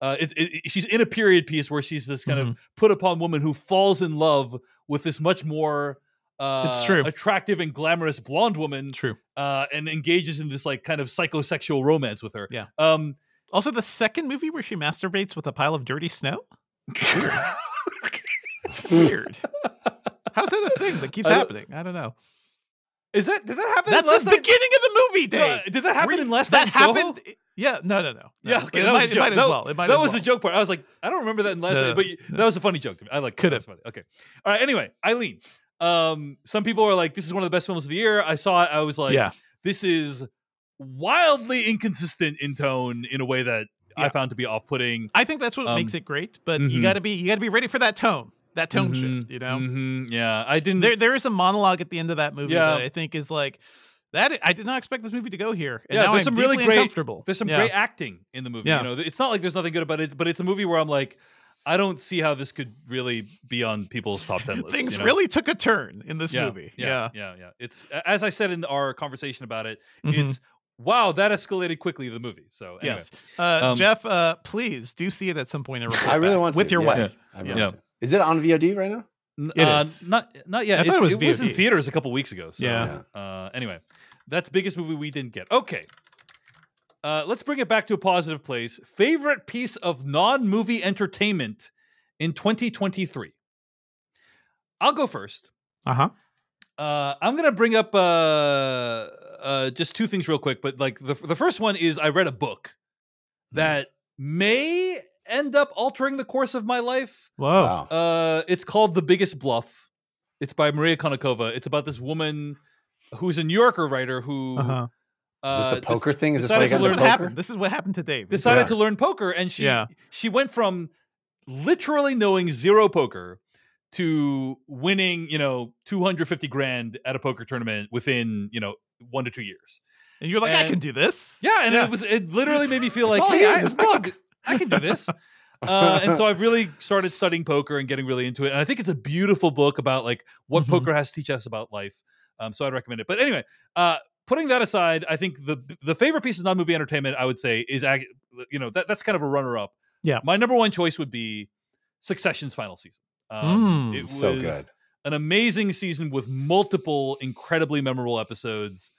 [SPEAKER 1] uh, it, it, it- she's in a period piece where she's this kind
[SPEAKER 2] Mm-hmm.
[SPEAKER 1] of put upon woman who falls in love with this much more uh,
[SPEAKER 2] true.
[SPEAKER 1] attractive and glamorous blonde woman
[SPEAKER 2] true.
[SPEAKER 1] uh, and engages in this like kind of psychosexual romance with her.
[SPEAKER 2] Yeah.
[SPEAKER 1] Um,
[SPEAKER 2] Also, the second movie where she masturbates with a pile of dirty snow. Weird. How's that a thing that keeps
[SPEAKER 1] I don't-
[SPEAKER 2] happening? I don't know.
[SPEAKER 1] is that did that happen? in
[SPEAKER 2] That's
[SPEAKER 1] last
[SPEAKER 2] the
[SPEAKER 1] night?
[SPEAKER 2] beginning of the movie,
[SPEAKER 1] No,
[SPEAKER 2] Dave.
[SPEAKER 1] did that happen
[SPEAKER 2] Were you-
[SPEAKER 1] in last
[SPEAKER 2] that
[SPEAKER 1] night? in Soho?
[SPEAKER 2] happened. Yeah, no, no, no.
[SPEAKER 1] Yeah,
[SPEAKER 2] no.
[SPEAKER 1] okay,
[SPEAKER 2] It
[SPEAKER 1] that was a
[SPEAKER 2] might, it might
[SPEAKER 1] joke.
[SPEAKER 2] as
[SPEAKER 1] That-
[SPEAKER 2] well. It might
[SPEAKER 1] that
[SPEAKER 2] as
[SPEAKER 1] was
[SPEAKER 2] well.
[SPEAKER 1] the joke part. I was like, I don't remember that in last
[SPEAKER 2] No,
[SPEAKER 1] night, but you,
[SPEAKER 2] no.
[SPEAKER 1] that was a funny joke to me. I like
[SPEAKER 2] Could
[SPEAKER 1] that. That's funny. Okay. All right. Anyway, Eileen. Um, some people are like, this is one of the best films of the year. I saw it. I was like,
[SPEAKER 2] yeah,
[SPEAKER 1] this is wildly inconsistent in tone in a way that I
[SPEAKER 2] Yeah.
[SPEAKER 1] found to be off putting.
[SPEAKER 2] I think that's what
[SPEAKER 1] um,
[SPEAKER 2] makes it great. But
[SPEAKER 1] mhm.
[SPEAKER 2] you got to be you got to be ready for that tone, that tone
[SPEAKER 1] Mm-hmm.
[SPEAKER 2] shift. You know,
[SPEAKER 1] Yeah. I didn't.
[SPEAKER 2] there there is a monologue at the end of that movie
[SPEAKER 1] Yeah.
[SPEAKER 2] that I think is like that. I- I did not expect this movie to go here. And
[SPEAKER 1] Yeah,
[SPEAKER 2] now
[SPEAKER 1] there's
[SPEAKER 2] I'm
[SPEAKER 1] some really
[SPEAKER 2] deeply
[SPEAKER 1] great-
[SPEAKER 2] uncomfortable.
[SPEAKER 1] There's some
[SPEAKER 2] Yeah.
[SPEAKER 1] great acting in the movie.
[SPEAKER 2] Yeah.
[SPEAKER 1] You know, it's not like there's nothing good about it, but it's a movie where I'm like, I don't see how this could really be on people's top ten lists.
[SPEAKER 2] Things
[SPEAKER 1] you know?
[SPEAKER 2] really took a turn in this
[SPEAKER 1] yeah,
[SPEAKER 2] movie.
[SPEAKER 1] Yeah, yeah, yeah. It's a- as I said in our conversation about it.
[SPEAKER 2] Mhm.
[SPEAKER 1] It's wow, that escalated quickly the movie. So anyway.
[SPEAKER 2] Yes. Uh,
[SPEAKER 1] Um,
[SPEAKER 2] Jeff, uh, please do see it at some point. and report
[SPEAKER 3] I really
[SPEAKER 2] back
[SPEAKER 3] want to
[SPEAKER 2] with
[SPEAKER 3] see it,
[SPEAKER 2] your
[SPEAKER 3] yeah.
[SPEAKER 2] wife.
[SPEAKER 3] I really
[SPEAKER 1] Yeah.
[SPEAKER 3] want to. Is it on VOD right now?
[SPEAKER 1] N-
[SPEAKER 2] It
[SPEAKER 1] uh,
[SPEAKER 2] is.
[SPEAKER 1] not not yet.
[SPEAKER 2] I thought
[SPEAKER 1] It's-
[SPEAKER 2] it was
[SPEAKER 1] it was in
[SPEAKER 2] VOD.
[SPEAKER 1] theaters a couple weeks ago. So
[SPEAKER 2] Yeah.
[SPEAKER 1] Uh, anyway, that's biggest movie we didn't get. Okay. Uh, let's bring it back to a positive place. Favorite piece of non-movie entertainment in 2023. I'll go first.
[SPEAKER 2] Uh huh.
[SPEAKER 1] Uh, I'm gonna bring up uh, uh, just two things real quick, but like the the first one is I read a book that may end up altering the course of my life.
[SPEAKER 3] Oh.
[SPEAKER 2] Whoa.
[SPEAKER 3] Wow.
[SPEAKER 1] Uh, it's called The Biggest Bluff. It's by Maria Konnikova. It's about this woman who's a New Yorker writer who
[SPEAKER 2] Uh-huh.
[SPEAKER 3] Is this
[SPEAKER 1] uh,
[SPEAKER 3] the poker thing? Is this why
[SPEAKER 1] decided
[SPEAKER 3] you
[SPEAKER 2] This
[SPEAKER 1] to
[SPEAKER 3] guys
[SPEAKER 2] is what
[SPEAKER 3] are
[SPEAKER 1] learn-
[SPEAKER 3] poker?
[SPEAKER 2] happened. This is what happened to Dave.
[SPEAKER 1] decided
[SPEAKER 3] Yeah.
[SPEAKER 1] to learn poker and she
[SPEAKER 2] Yeah.
[SPEAKER 1] she went from literally knowing zero poker to winning, you know, 250 grand at a poker tournament within, you know, 1 to 2 years.
[SPEAKER 2] and you're like, I
[SPEAKER 1] and-
[SPEAKER 2] can do this.
[SPEAKER 1] Yeah, and
[SPEAKER 2] Yeah.
[SPEAKER 1] it was it literally made me feel
[SPEAKER 3] It's
[SPEAKER 1] like
[SPEAKER 3] all
[SPEAKER 1] hey,
[SPEAKER 3] here in
[SPEAKER 1] I-
[SPEAKER 3] this
[SPEAKER 1] I can
[SPEAKER 3] book.
[SPEAKER 1] I can do this. Uh, and so I've really started studying poker and getting really into it. And I think it's a beautiful book about like what
[SPEAKER 3] Mm-hmm.
[SPEAKER 2] Mhm.
[SPEAKER 1] poker has to teach us about life. Um, so I'd recommend it. But anyway, uh, putting that aside, I think the the favorite piece of non movie entertainment I would say is ag- you know that that's kind of a runner up.
[SPEAKER 2] Yeah.
[SPEAKER 1] my number one choice would be Succession's final season. Um,
[SPEAKER 2] Mm.
[SPEAKER 1] it
[SPEAKER 3] so
[SPEAKER 1] was
[SPEAKER 3] good.
[SPEAKER 1] an amazing season with multiple incredibly memorable episodes.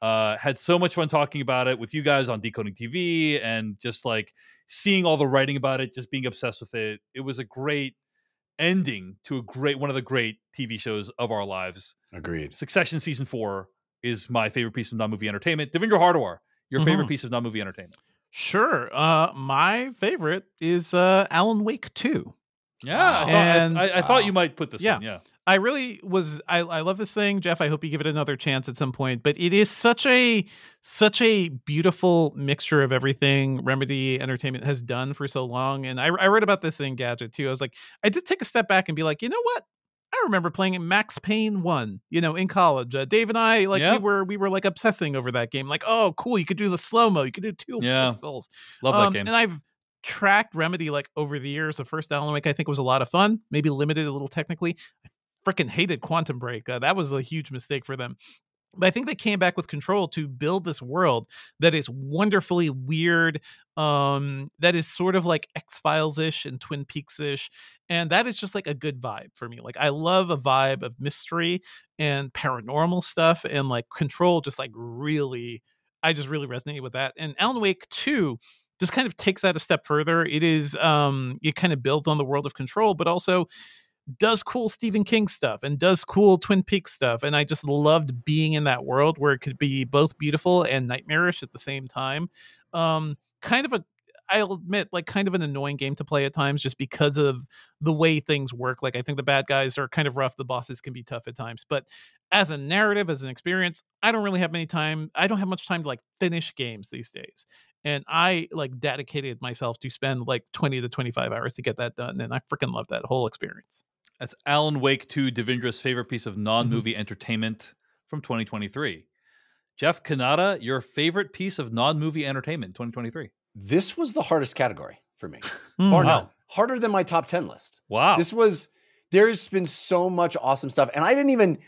[SPEAKER 1] Uh, had so much fun talking about it with you guys on Decoding TV and just like seeing all the writing about it, just being obsessed with it. It was a great ending to a great one of the great TV shows of our lives.
[SPEAKER 3] Agreed.
[SPEAKER 1] Succession season four is my favorite piece of non movie entertainment. Devinder Hardwar, your favorite
[SPEAKER 2] Mhm.
[SPEAKER 1] piece of non movie entertainment.
[SPEAKER 2] Sure. Uh, my favorite is uh, Alan Wake 2.
[SPEAKER 1] Yeah, I,
[SPEAKER 3] Wow.
[SPEAKER 1] thought, I-
[SPEAKER 2] And- uh,
[SPEAKER 1] I, I thought you
[SPEAKER 3] Wow.
[SPEAKER 1] might put this
[SPEAKER 2] Yeah.
[SPEAKER 1] one. Yeah,
[SPEAKER 2] I really was I, I love this thing, Jeff. I hope you give it another chance at some point. But it is such a such a beautiful mixture of everything Remedy Entertainment has done for so long. And I I wrote about this in Gadget too. I was like, I did take a step back and be like, you know what? I remember playing Max Payne one, you know, in college. Uh, Dave and I, like,
[SPEAKER 1] Yeah.
[SPEAKER 2] we were we were like obsessing over that game. Like, oh, cool, you could do the slow mo, you could do two
[SPEAKER 1] Yeah.
[SPEAKER 2] pistols.
[SPEAKER 1] love
[SPEAKER 2] Um,
[SPEAKER 1] that game.
[SPEAKER 2] And I've tracked Remedy like over the years. The first Alan Wake I think was a lot of fun, maybe limited a little technically. I freaking hated Quantum Break. Uh, that was a huge mistake for them. But I think they came back with control to build this world that is wonderfully weird, um, that is sort of like X Files ish and Twin Peaks ish. And that is just like a good vibe for me. Like, I love a vibe of mystery and paranormal stuff, and like control just like really, I just really resonated with that. And Alan Wake 2 just kind of takes that a step further. It is, um, it kind of builds on the world of control, but also does cool Stephen King stuff and does cool Twin Peaks stuff. And I just loved being in that world where it could be both beautiful and nightmarish at the same time. Um, kind of a, I'll admit, like kind of an annoying game to play at times just because of the way things work. Like, I think the bad guys are kind of rough, the bosses can be tough at times. But as a narrative, as an experience, I don't really have many time. I don't have much time to like finish games these days. And I like dedicated myself to spend like 20 to 25 hours to get that done. And I freaking love that whole experience.
[SPEAKER 1] That's Alan Wake 2, Devendra's favorite piece
[SPEAKER 2] Mm-hmm.
[SPEAKER 1] of non movie entertainment from 2023. Jeff Kanata, your favorite piece of non movie entertainment 2023.
[SPEAKER 3] This was the hardest category for me,
[SPEAKER 2] Mm.
[SPEAKER 1] Wow.
[SPEAKER 3] bar none. Harder than my top ten list.
[SPEAKER 2] Oh.
[SPEAKER 1] Wow.
[SPEAKER 3] This was there's been so much awesome stuff, and I didn't even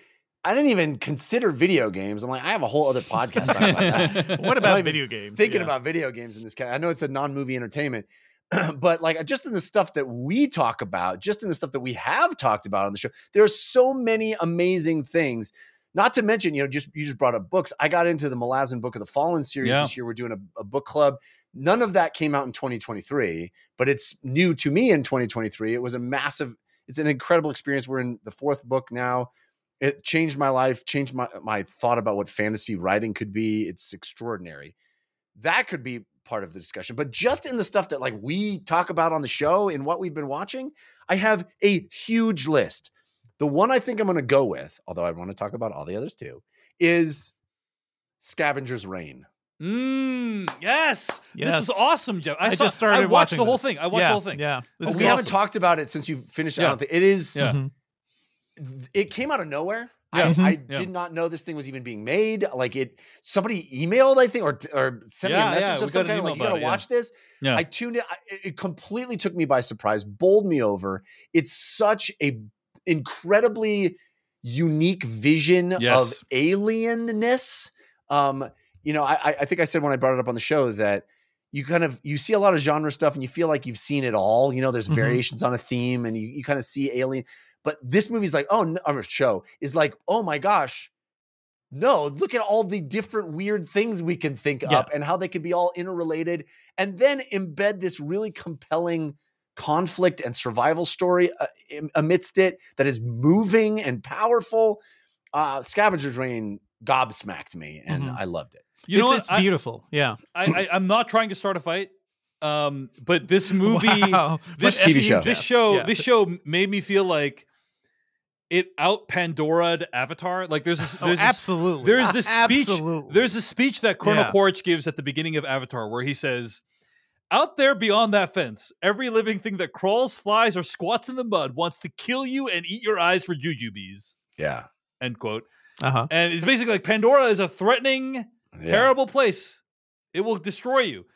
[SPEAKER 3] I didn't even consider video games. I'm like, I have a whole other podcast talking about that.
[SPEAKER 2] What
[SPEAKER 3] Not
[SPEAKER 2] about
[SPEAKER 3] even
[SPEAKER 2] video games?
[SPEAKER 3] thinking
[SPEAKER 2] Yeah.
[SPEAKER 3] about video games in this kind. I know it's a non-movie entertainment, but like just in the stuff that we talk about, just in the stuff that we have talked about on the show, there are so many amazing things. Not to mention, you know, just you just brought up books. I got into the Malazan Book of the Fallen series
[SPEAKER 1] Yeah.
[SPEAKER 3] this year. We're doing a, a book club. None of that came out in 2023, but it's new to me in 2023. It was a massive, it's an incredible experience. We're in the fourth book now. It changed my life, changed my my thought about what fantasy writing could be. It's extraordinary that could be part of the discussion but just in the stuff that like we talk about on the show and what we've been watching i have a huge list the one i think i'm going to go with although i want to talk about all the others too is scavenger's reign
[SPEAKER 1] Mm, yes. This
[SPEAKER 2] Yes.
[SPEAKER 1] was awesome, Jeff. I,
[SPEAKER 2] I,
[SPEAKER 1] saw-
[SPEAKER 2] just started
[SPEAKER 1] I watched
[SPEAKER 2] watching
[SPEAKER 1] the whole
[SPEAKER 2] this.
[SPEAKER 1] thing. I watched
[SPEAKER 2] Yeah,
[SPEAKER 1] the whole thing.
[SPEAKER 2] Yeah,
[SPEAKER 1] Oh,
[SPEAKER 3] we
[SPEAKER 1] This is
[SPEAKER 3] haven't
[SPEAKER 1] awesome.
[SPEAKER 3] talked about it since you finished i
[SPEAKER 1] Yeah.
[SPEAKER 3] don't think it is
[SPEAKER 1] Yeah.
[SPEAKER 2] Mhm.
[SPEAKER 3] it came out of nowhere
[SPEAKER 1] Yeah.
[SPEAKER 3] I, I
[SPEAKER 1] Mhm. Yeah.
[SPEAKER 3] did not know this thing was even being made. Like it, somebody emailed, I think, or or sent
[SPEAKER 1] Yeah,
[SPEAKER 3] me a
[SPEAKER 1] yeah,
[SPEAKER 3] message
[SPEAKER 1] we
[SPEAKER 3] of
[SPEAKER 1] got
[SPEAKER 3] some
[SPEAKER 1] an
[SPEAKER 3] kind.
[SPEAKER 1] email
[SPEAKER 3] Like you
[SPEAKER 1] about
[SPEAKER 3] got to
[SPEAKER 1] it, yeah.
[SPEAKER 3] watch this.
[SPEAKER 1] Yeah.
[SPEAKER 3] I tuned in. I, it- it completely took me by surprise, bowled me over. It's such a incredibly unique vision
[SPEAKER 1] Yes.
[SPEAKER 3] of alienness. Um, you know, I, I- I think I said when I brought it up on the show that you kind of you see a lot of genre stuff and you feel like you've seen it all. You know, there's
[SPEAKER 1] Mm-hmm.
[SPEAKER 2] Mhm.
[SPEAKER 3] variations on a theme and you, you kind of see alien. But this movie's like, oh, no, or show is like, oh my gosh, no, look at all the different weird things we can think
[SPEAKER 2] Yeah.
[SPEAKER 3] up and how they can be all interrelated, and then embed this really compelling conflict and survival story uh, am- amidst it that is moving and powerful. Uh, Scavenger's Reign gobsmacked me, and
[SPEAKER 1] Mm-hmm.
[SPEAKER 2] Mhm.
[SPEAKER 3] I loved it.
[SPEAKER 1] You know
[SPEAKER 2] it's,
[SPEAKER 1] what?
[SPEAKER 2] it's
[SPEAKER 1] I,
[SPEAKER 2] beautiful. Yeah,
[SPEAKER 1] I, I, I'm not trying to start a fight, um, but this movie.
[SPEAKER 2] Wow.
[SPEAKER 1] this E
[SPEAKER 2] What FU,
[SPEAKER 3] TV show.
[SPEAKER 1] this
[SPEAKER 2] Jeff.
[SPEAKER 1] show
[SPEAKER 2] Yeah.
[SPEAKER 1] this show made me feel like it out Pandora'd Avatar. Like there's this,
[SPEAKER 2] Oh,
[SPEAKER 1] there's this,
[SPEAKER 2] absolutely.
[SPEAKER 1] there's this speech-
[SPEAKER 2] Absolutely.
[SPEAKER 1] there's a speech that Colonel
[SPEAKER 2] Yeah.
[SPEAKER 1] Quaritch gives at the beginning of Avatar where he says, Out there beyond that fence, every living thing that crawls, flies, or squats in the mud wants to kill you and eat your eyes for jujubes.
[SPEAKER 3] Yeah.
[SPEAKER 1] End quote.
[SPEAKER 2] uh-huh.
[SPEAKER 1] And it's basically like Pandora is a threatening,
[SPEAKER 3] Yeah.
[SPEAKER 1] terrible place. It will destroy you.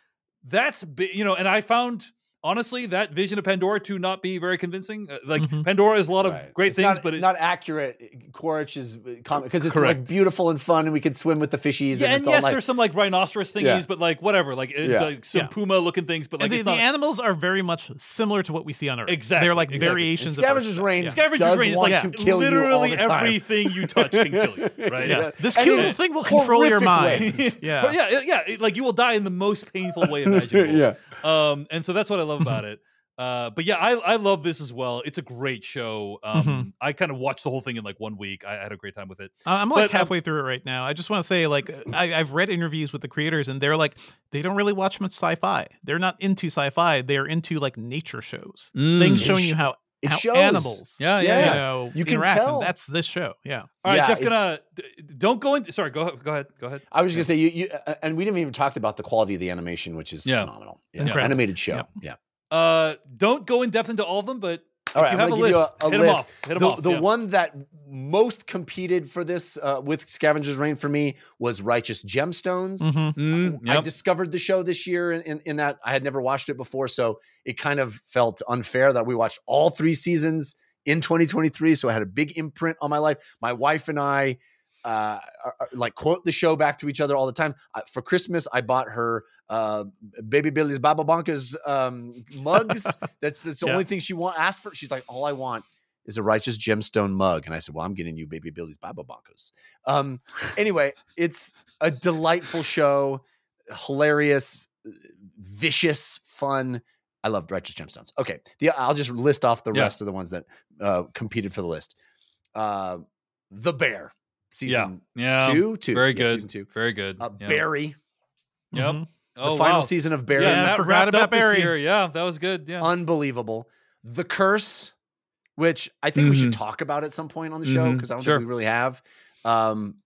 [SPEAKER 1] That's, bi- you know, and I found. Honestly, that vision of Pandora to not be very convincing. Uh, Like
[SPEAKER 2] Mhm.
[SPEAKER 1] Pandora is a lot of
[SPEAKER 3] Mm-hmm. Right.
[SPEAKER 1] great
[SPEAKER 3] It's
[SPEAKER 1] things,
[SPEAKER 3] not,
[SPEAKER 1] but it,
[SPEAKER 3] not accurate. eh, Quaritch's comment because eh, it's like
[SPEAKER 2] Correct.
[SPEAKER 3] beautiful and fun, and we could swim with the fishies,
[SPEAKER 1] yeah, and
[SPEAKER 3] and it's
[SPEAKER 1] yes,
[SPEAKER 3] all like
[SPEAKER 1] there's some like rhinoceros thingies,
[SPEAKER 3] Yeah.
[SPEAKER 1] but like whatever, like, it,
[SPEAKER 3] Yeah.
[SPEAKER 1] like some
[SPEAKER 2] Yeah.
[SPEAKER 1] puma looking things, but like
[SPEAKER 2] and the,
[SPEAKER 1] it's not
[SPEAKER 2] the animals are very much similar to what we see on Earth.
[SPEAKER 1] Exactly,
[SPEAKER 2] They're like
[SPEAKER 1] exactly. And
[SPEAKER 2] variations of our
[SPEAKER 3] Scavenger's
[SPEAKER 2] stuff.
[SPEAKER 3] Reign.
[SPEAKER 2] Yeah.
[SPEAKER 1] Scavenger's
[SPEAKER 3] does
[SPEAKER 1] Reign is
[SPEAKER 3] want
[SPEAKER 1] like
[SPEAKER 3] to kill you all
[SPEAKER 1] literally
[SPEAKER 3] the time.
[SPEAKER 1] everything you touch can kill you, right?
[SPEAKER 2] Yeah.
[SPEAKER 3] Yeah.
[SPEAKER 2] This
[SPEAKER 3] And
[SPEAKER 2] cute
[SPEAKER 3] in
[SPEAKER 2] little thing will control your
[SPEAKER 3] horrific
[SPEAKER 2] mind.
[SPEAKER 3] ways.
[SPEAKER 2] Yeah.
[SPEAKER 1] But yeah, yeah, it- Like you will die in the most painful way imaginable. Um, and so that's what I love about it. Uh, but yeah, I, I love this as well. It's a great show. Um,
[SPEAKER 3] Mm-hmm.
[SPEAKER 2] Mhm.
[SPEAKER 1] I kind of watched the whole thing in like one week. I, I had a great time with it.
[SPEAKER 2] I- I'm like
[SPEAKER 1] But, um,
[SPEAKER 2] halfway through it right now. I just want to say, like, uh, I, I've read interviews with the creators, and they're like, they don't really watch much sci-fi. They're not into sci-fi. They're into like nature shows, things
[SPEAKER 3] Mm.
[SPEAKER 2] showing
[SPEAKER 3] It
[SPEAKER 2] you how,
[SPEAKER 3] It
[SPEAKER 2] how
[SPEAKER 3] shows.
[SPEAKER 2] animals,
[SPEAKER 1] Yeah, yeah,
[SPEAKER 3] Yeah.
[SPEAKER 1] yeah.
[SPEAKER 2] you know,
[SPEAKER 3] You can
[SPEAKER 2] interact. and
[SPEAKER 3] tell.
[SPEAKER 2] that's this show. Yeah,
[SPEAKER 1] All right,
[SPEAKER 3] Yeah,
[SPEAKER 1] Jeff,
[SPEAKER 3] it's-
[SPEAKER 1] gonna d- don't go in. Sorry, go go ahead, go ahead.
[SPEAKER 3] I was just gonna say you, you uh, and we didn't even talk about the quality of the animation, which is
[SPEAKER 1] Yeah.
[SPEAKER 3] phenomenal. Yeah.
[SPEAKER 2] Incredible.
[SPEAKER 3] Animated show.
[SPEAKER 2] Yeah.
[SPEAKER 3] Yeah.
[SPEAKER 1] Uh, don't go in depth into all of them, but
[SPEAKER 3] All
[SPEAKER 1] if
[SPEAKER 3] right. I'm
[SPEAKER 1] you have
[SPEAKER 3] gonna
[SPEAKER 1] a
[SPEAKER 3] give
[SPEAKER 1] list,
[SPEAKER 3] you a,
[SPEAKER 1] hit
[SPEAKER 3] a
[SPEAKER 1] them
[SPEAKER 3] list.
[SPEAKER 1] off. Hit them
[SPEAKER 3] the
[SPEAKER 1] off.
[SPEAKER 3] the
[SPEAKER 1] yeah.
[SPEAKER 3] one that most competed for this uh, with Scavenger's Reign for me was Righteous Gemstones.
[SPEAKER 2] Mhm.
[SPEAKER 1] Mm,
[SPEAKER 3] I
[SPEAKER 1] yep.
[SPEAKER 3] discovered the show this year in, in, in that I had never watched it before. So it kind of felt unfair that we watched all three seasons in 2023. So it had a big imprint on my life. My wife and I uh, are, are- like quote the show back to each other all the time. Uh, for Christmas, I bought her uh, Baby Billy's Baba Bonka's um, mugs. that's that's the
[SPEAKER 2] Yeah.
[SPEAKER 3] only thing she want, asked for. She's like, all I want is a righteous gemstone mug. And I said, well, I'm getting you Baby Billy's Baba Bonka's. Um, anyway, it's a delightful show, hilarious, vicious, fun. I loved Righteous Gemstones. Okay, the, I'll just list off the
[SPEAKER 1] Yeah.
[SPEAKER 3] rest of the ones that uh, competed for the list. Uh, the Bear, season
[SPEAKER 1] yeah,
[SPEAKER 3] two, two,
[SPEAKER 1] Um, very
[SPEAKER 3] Yeah,
[SPEAKER 1] good,
[SPEAKER 3] season two.
[SPEAKER 1] very good.
[SPEAKER 3] Uh,
[SPEAKER 1] yeah.
[SPEAKER 3] Barry,
[SPEAKER 1] Yep.
[SPEAKER 2] Mhm.
[SPEAKER 3] the
[SPEAKER 1] Oh,
[SPEAKER 3] final
[SPEAKER 1] wow.
[SPEAKER 3] season of Barry,
[SPEAKER 1] Yeah,
[SPEAKER 2] Yeah,
[SPEAKER 1] that
[SPEAKER 2] I forgot
[SPEAKER 1] wrapped
[SPEAKER 2] about
[SPEAKER 1] up this
[SPEAKER 2] Barry.
[SPEAKER 1] year. Yeah, that was good. Yeah.
[SPEAKER 3] unbelievable. The Curse, which I think we should
[SPEAKER 1] Mhm.
[SPEAKER 3] talk about at some point on the show
[SPEAKER 1] Mhm,
[SPEAKER 3] because I don't
[SPEAKER 1] sure.
[SPEAKER 3] think we really have. Um,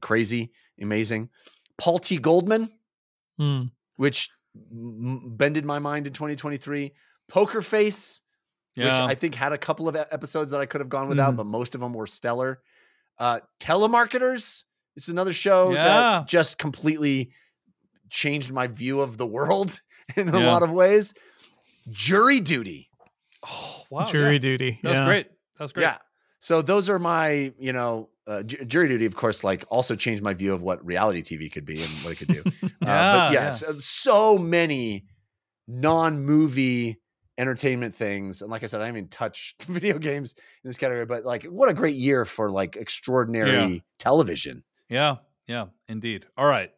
[SPEAKER 3] crazy, amazing. Paul T. Goldman,
[SPEAKER 2] Mm.
[SPEAKER 3] which m- bended my mind in 2023. Poker Face,
[SPEAKER 1] yeah.
[SPEAKER 3] which I think had a couple of e- episodes that I could have gone without,
[SPEAKER 1] Mhm.
[SPEAKER 3] but most of them were stellar. Uh, telemarketers, it's another show
[SPEAKER 1] Yeah.
[SPEAKER 3] that just completely changed my view of the world in a
[SPEAKER 1] Yeah.
[SPEAKER 3] lot of ways. Jury duty,
[SPEAKER 1] oh, wow.
[SPEAKER 2] Jury
[SPEAKER 1] yeah.
[SPEAKER 2] duty.
[SPEAKER 1] That was
[SPEAKER 2] yeah.
[SPEAKER 1] great. That was great.
[SPEAKER 3] yeah. So those are my, you know, uh, ju- jury duty. Of course, like also changed my view of what reality TV could be and what it could do. uh,
[SPEAKER 1] Yeah,
[SPEAKER 3] but yeah,
[SPEAKER 1] yeah.
[SPEAKER 3] So, so many non-movie entertainment things and like i said i didn't even touch video games in this category but like what a great year for like extraordinary television
[SPEAKER 1] Yeah. Yeah. Indeed. All right.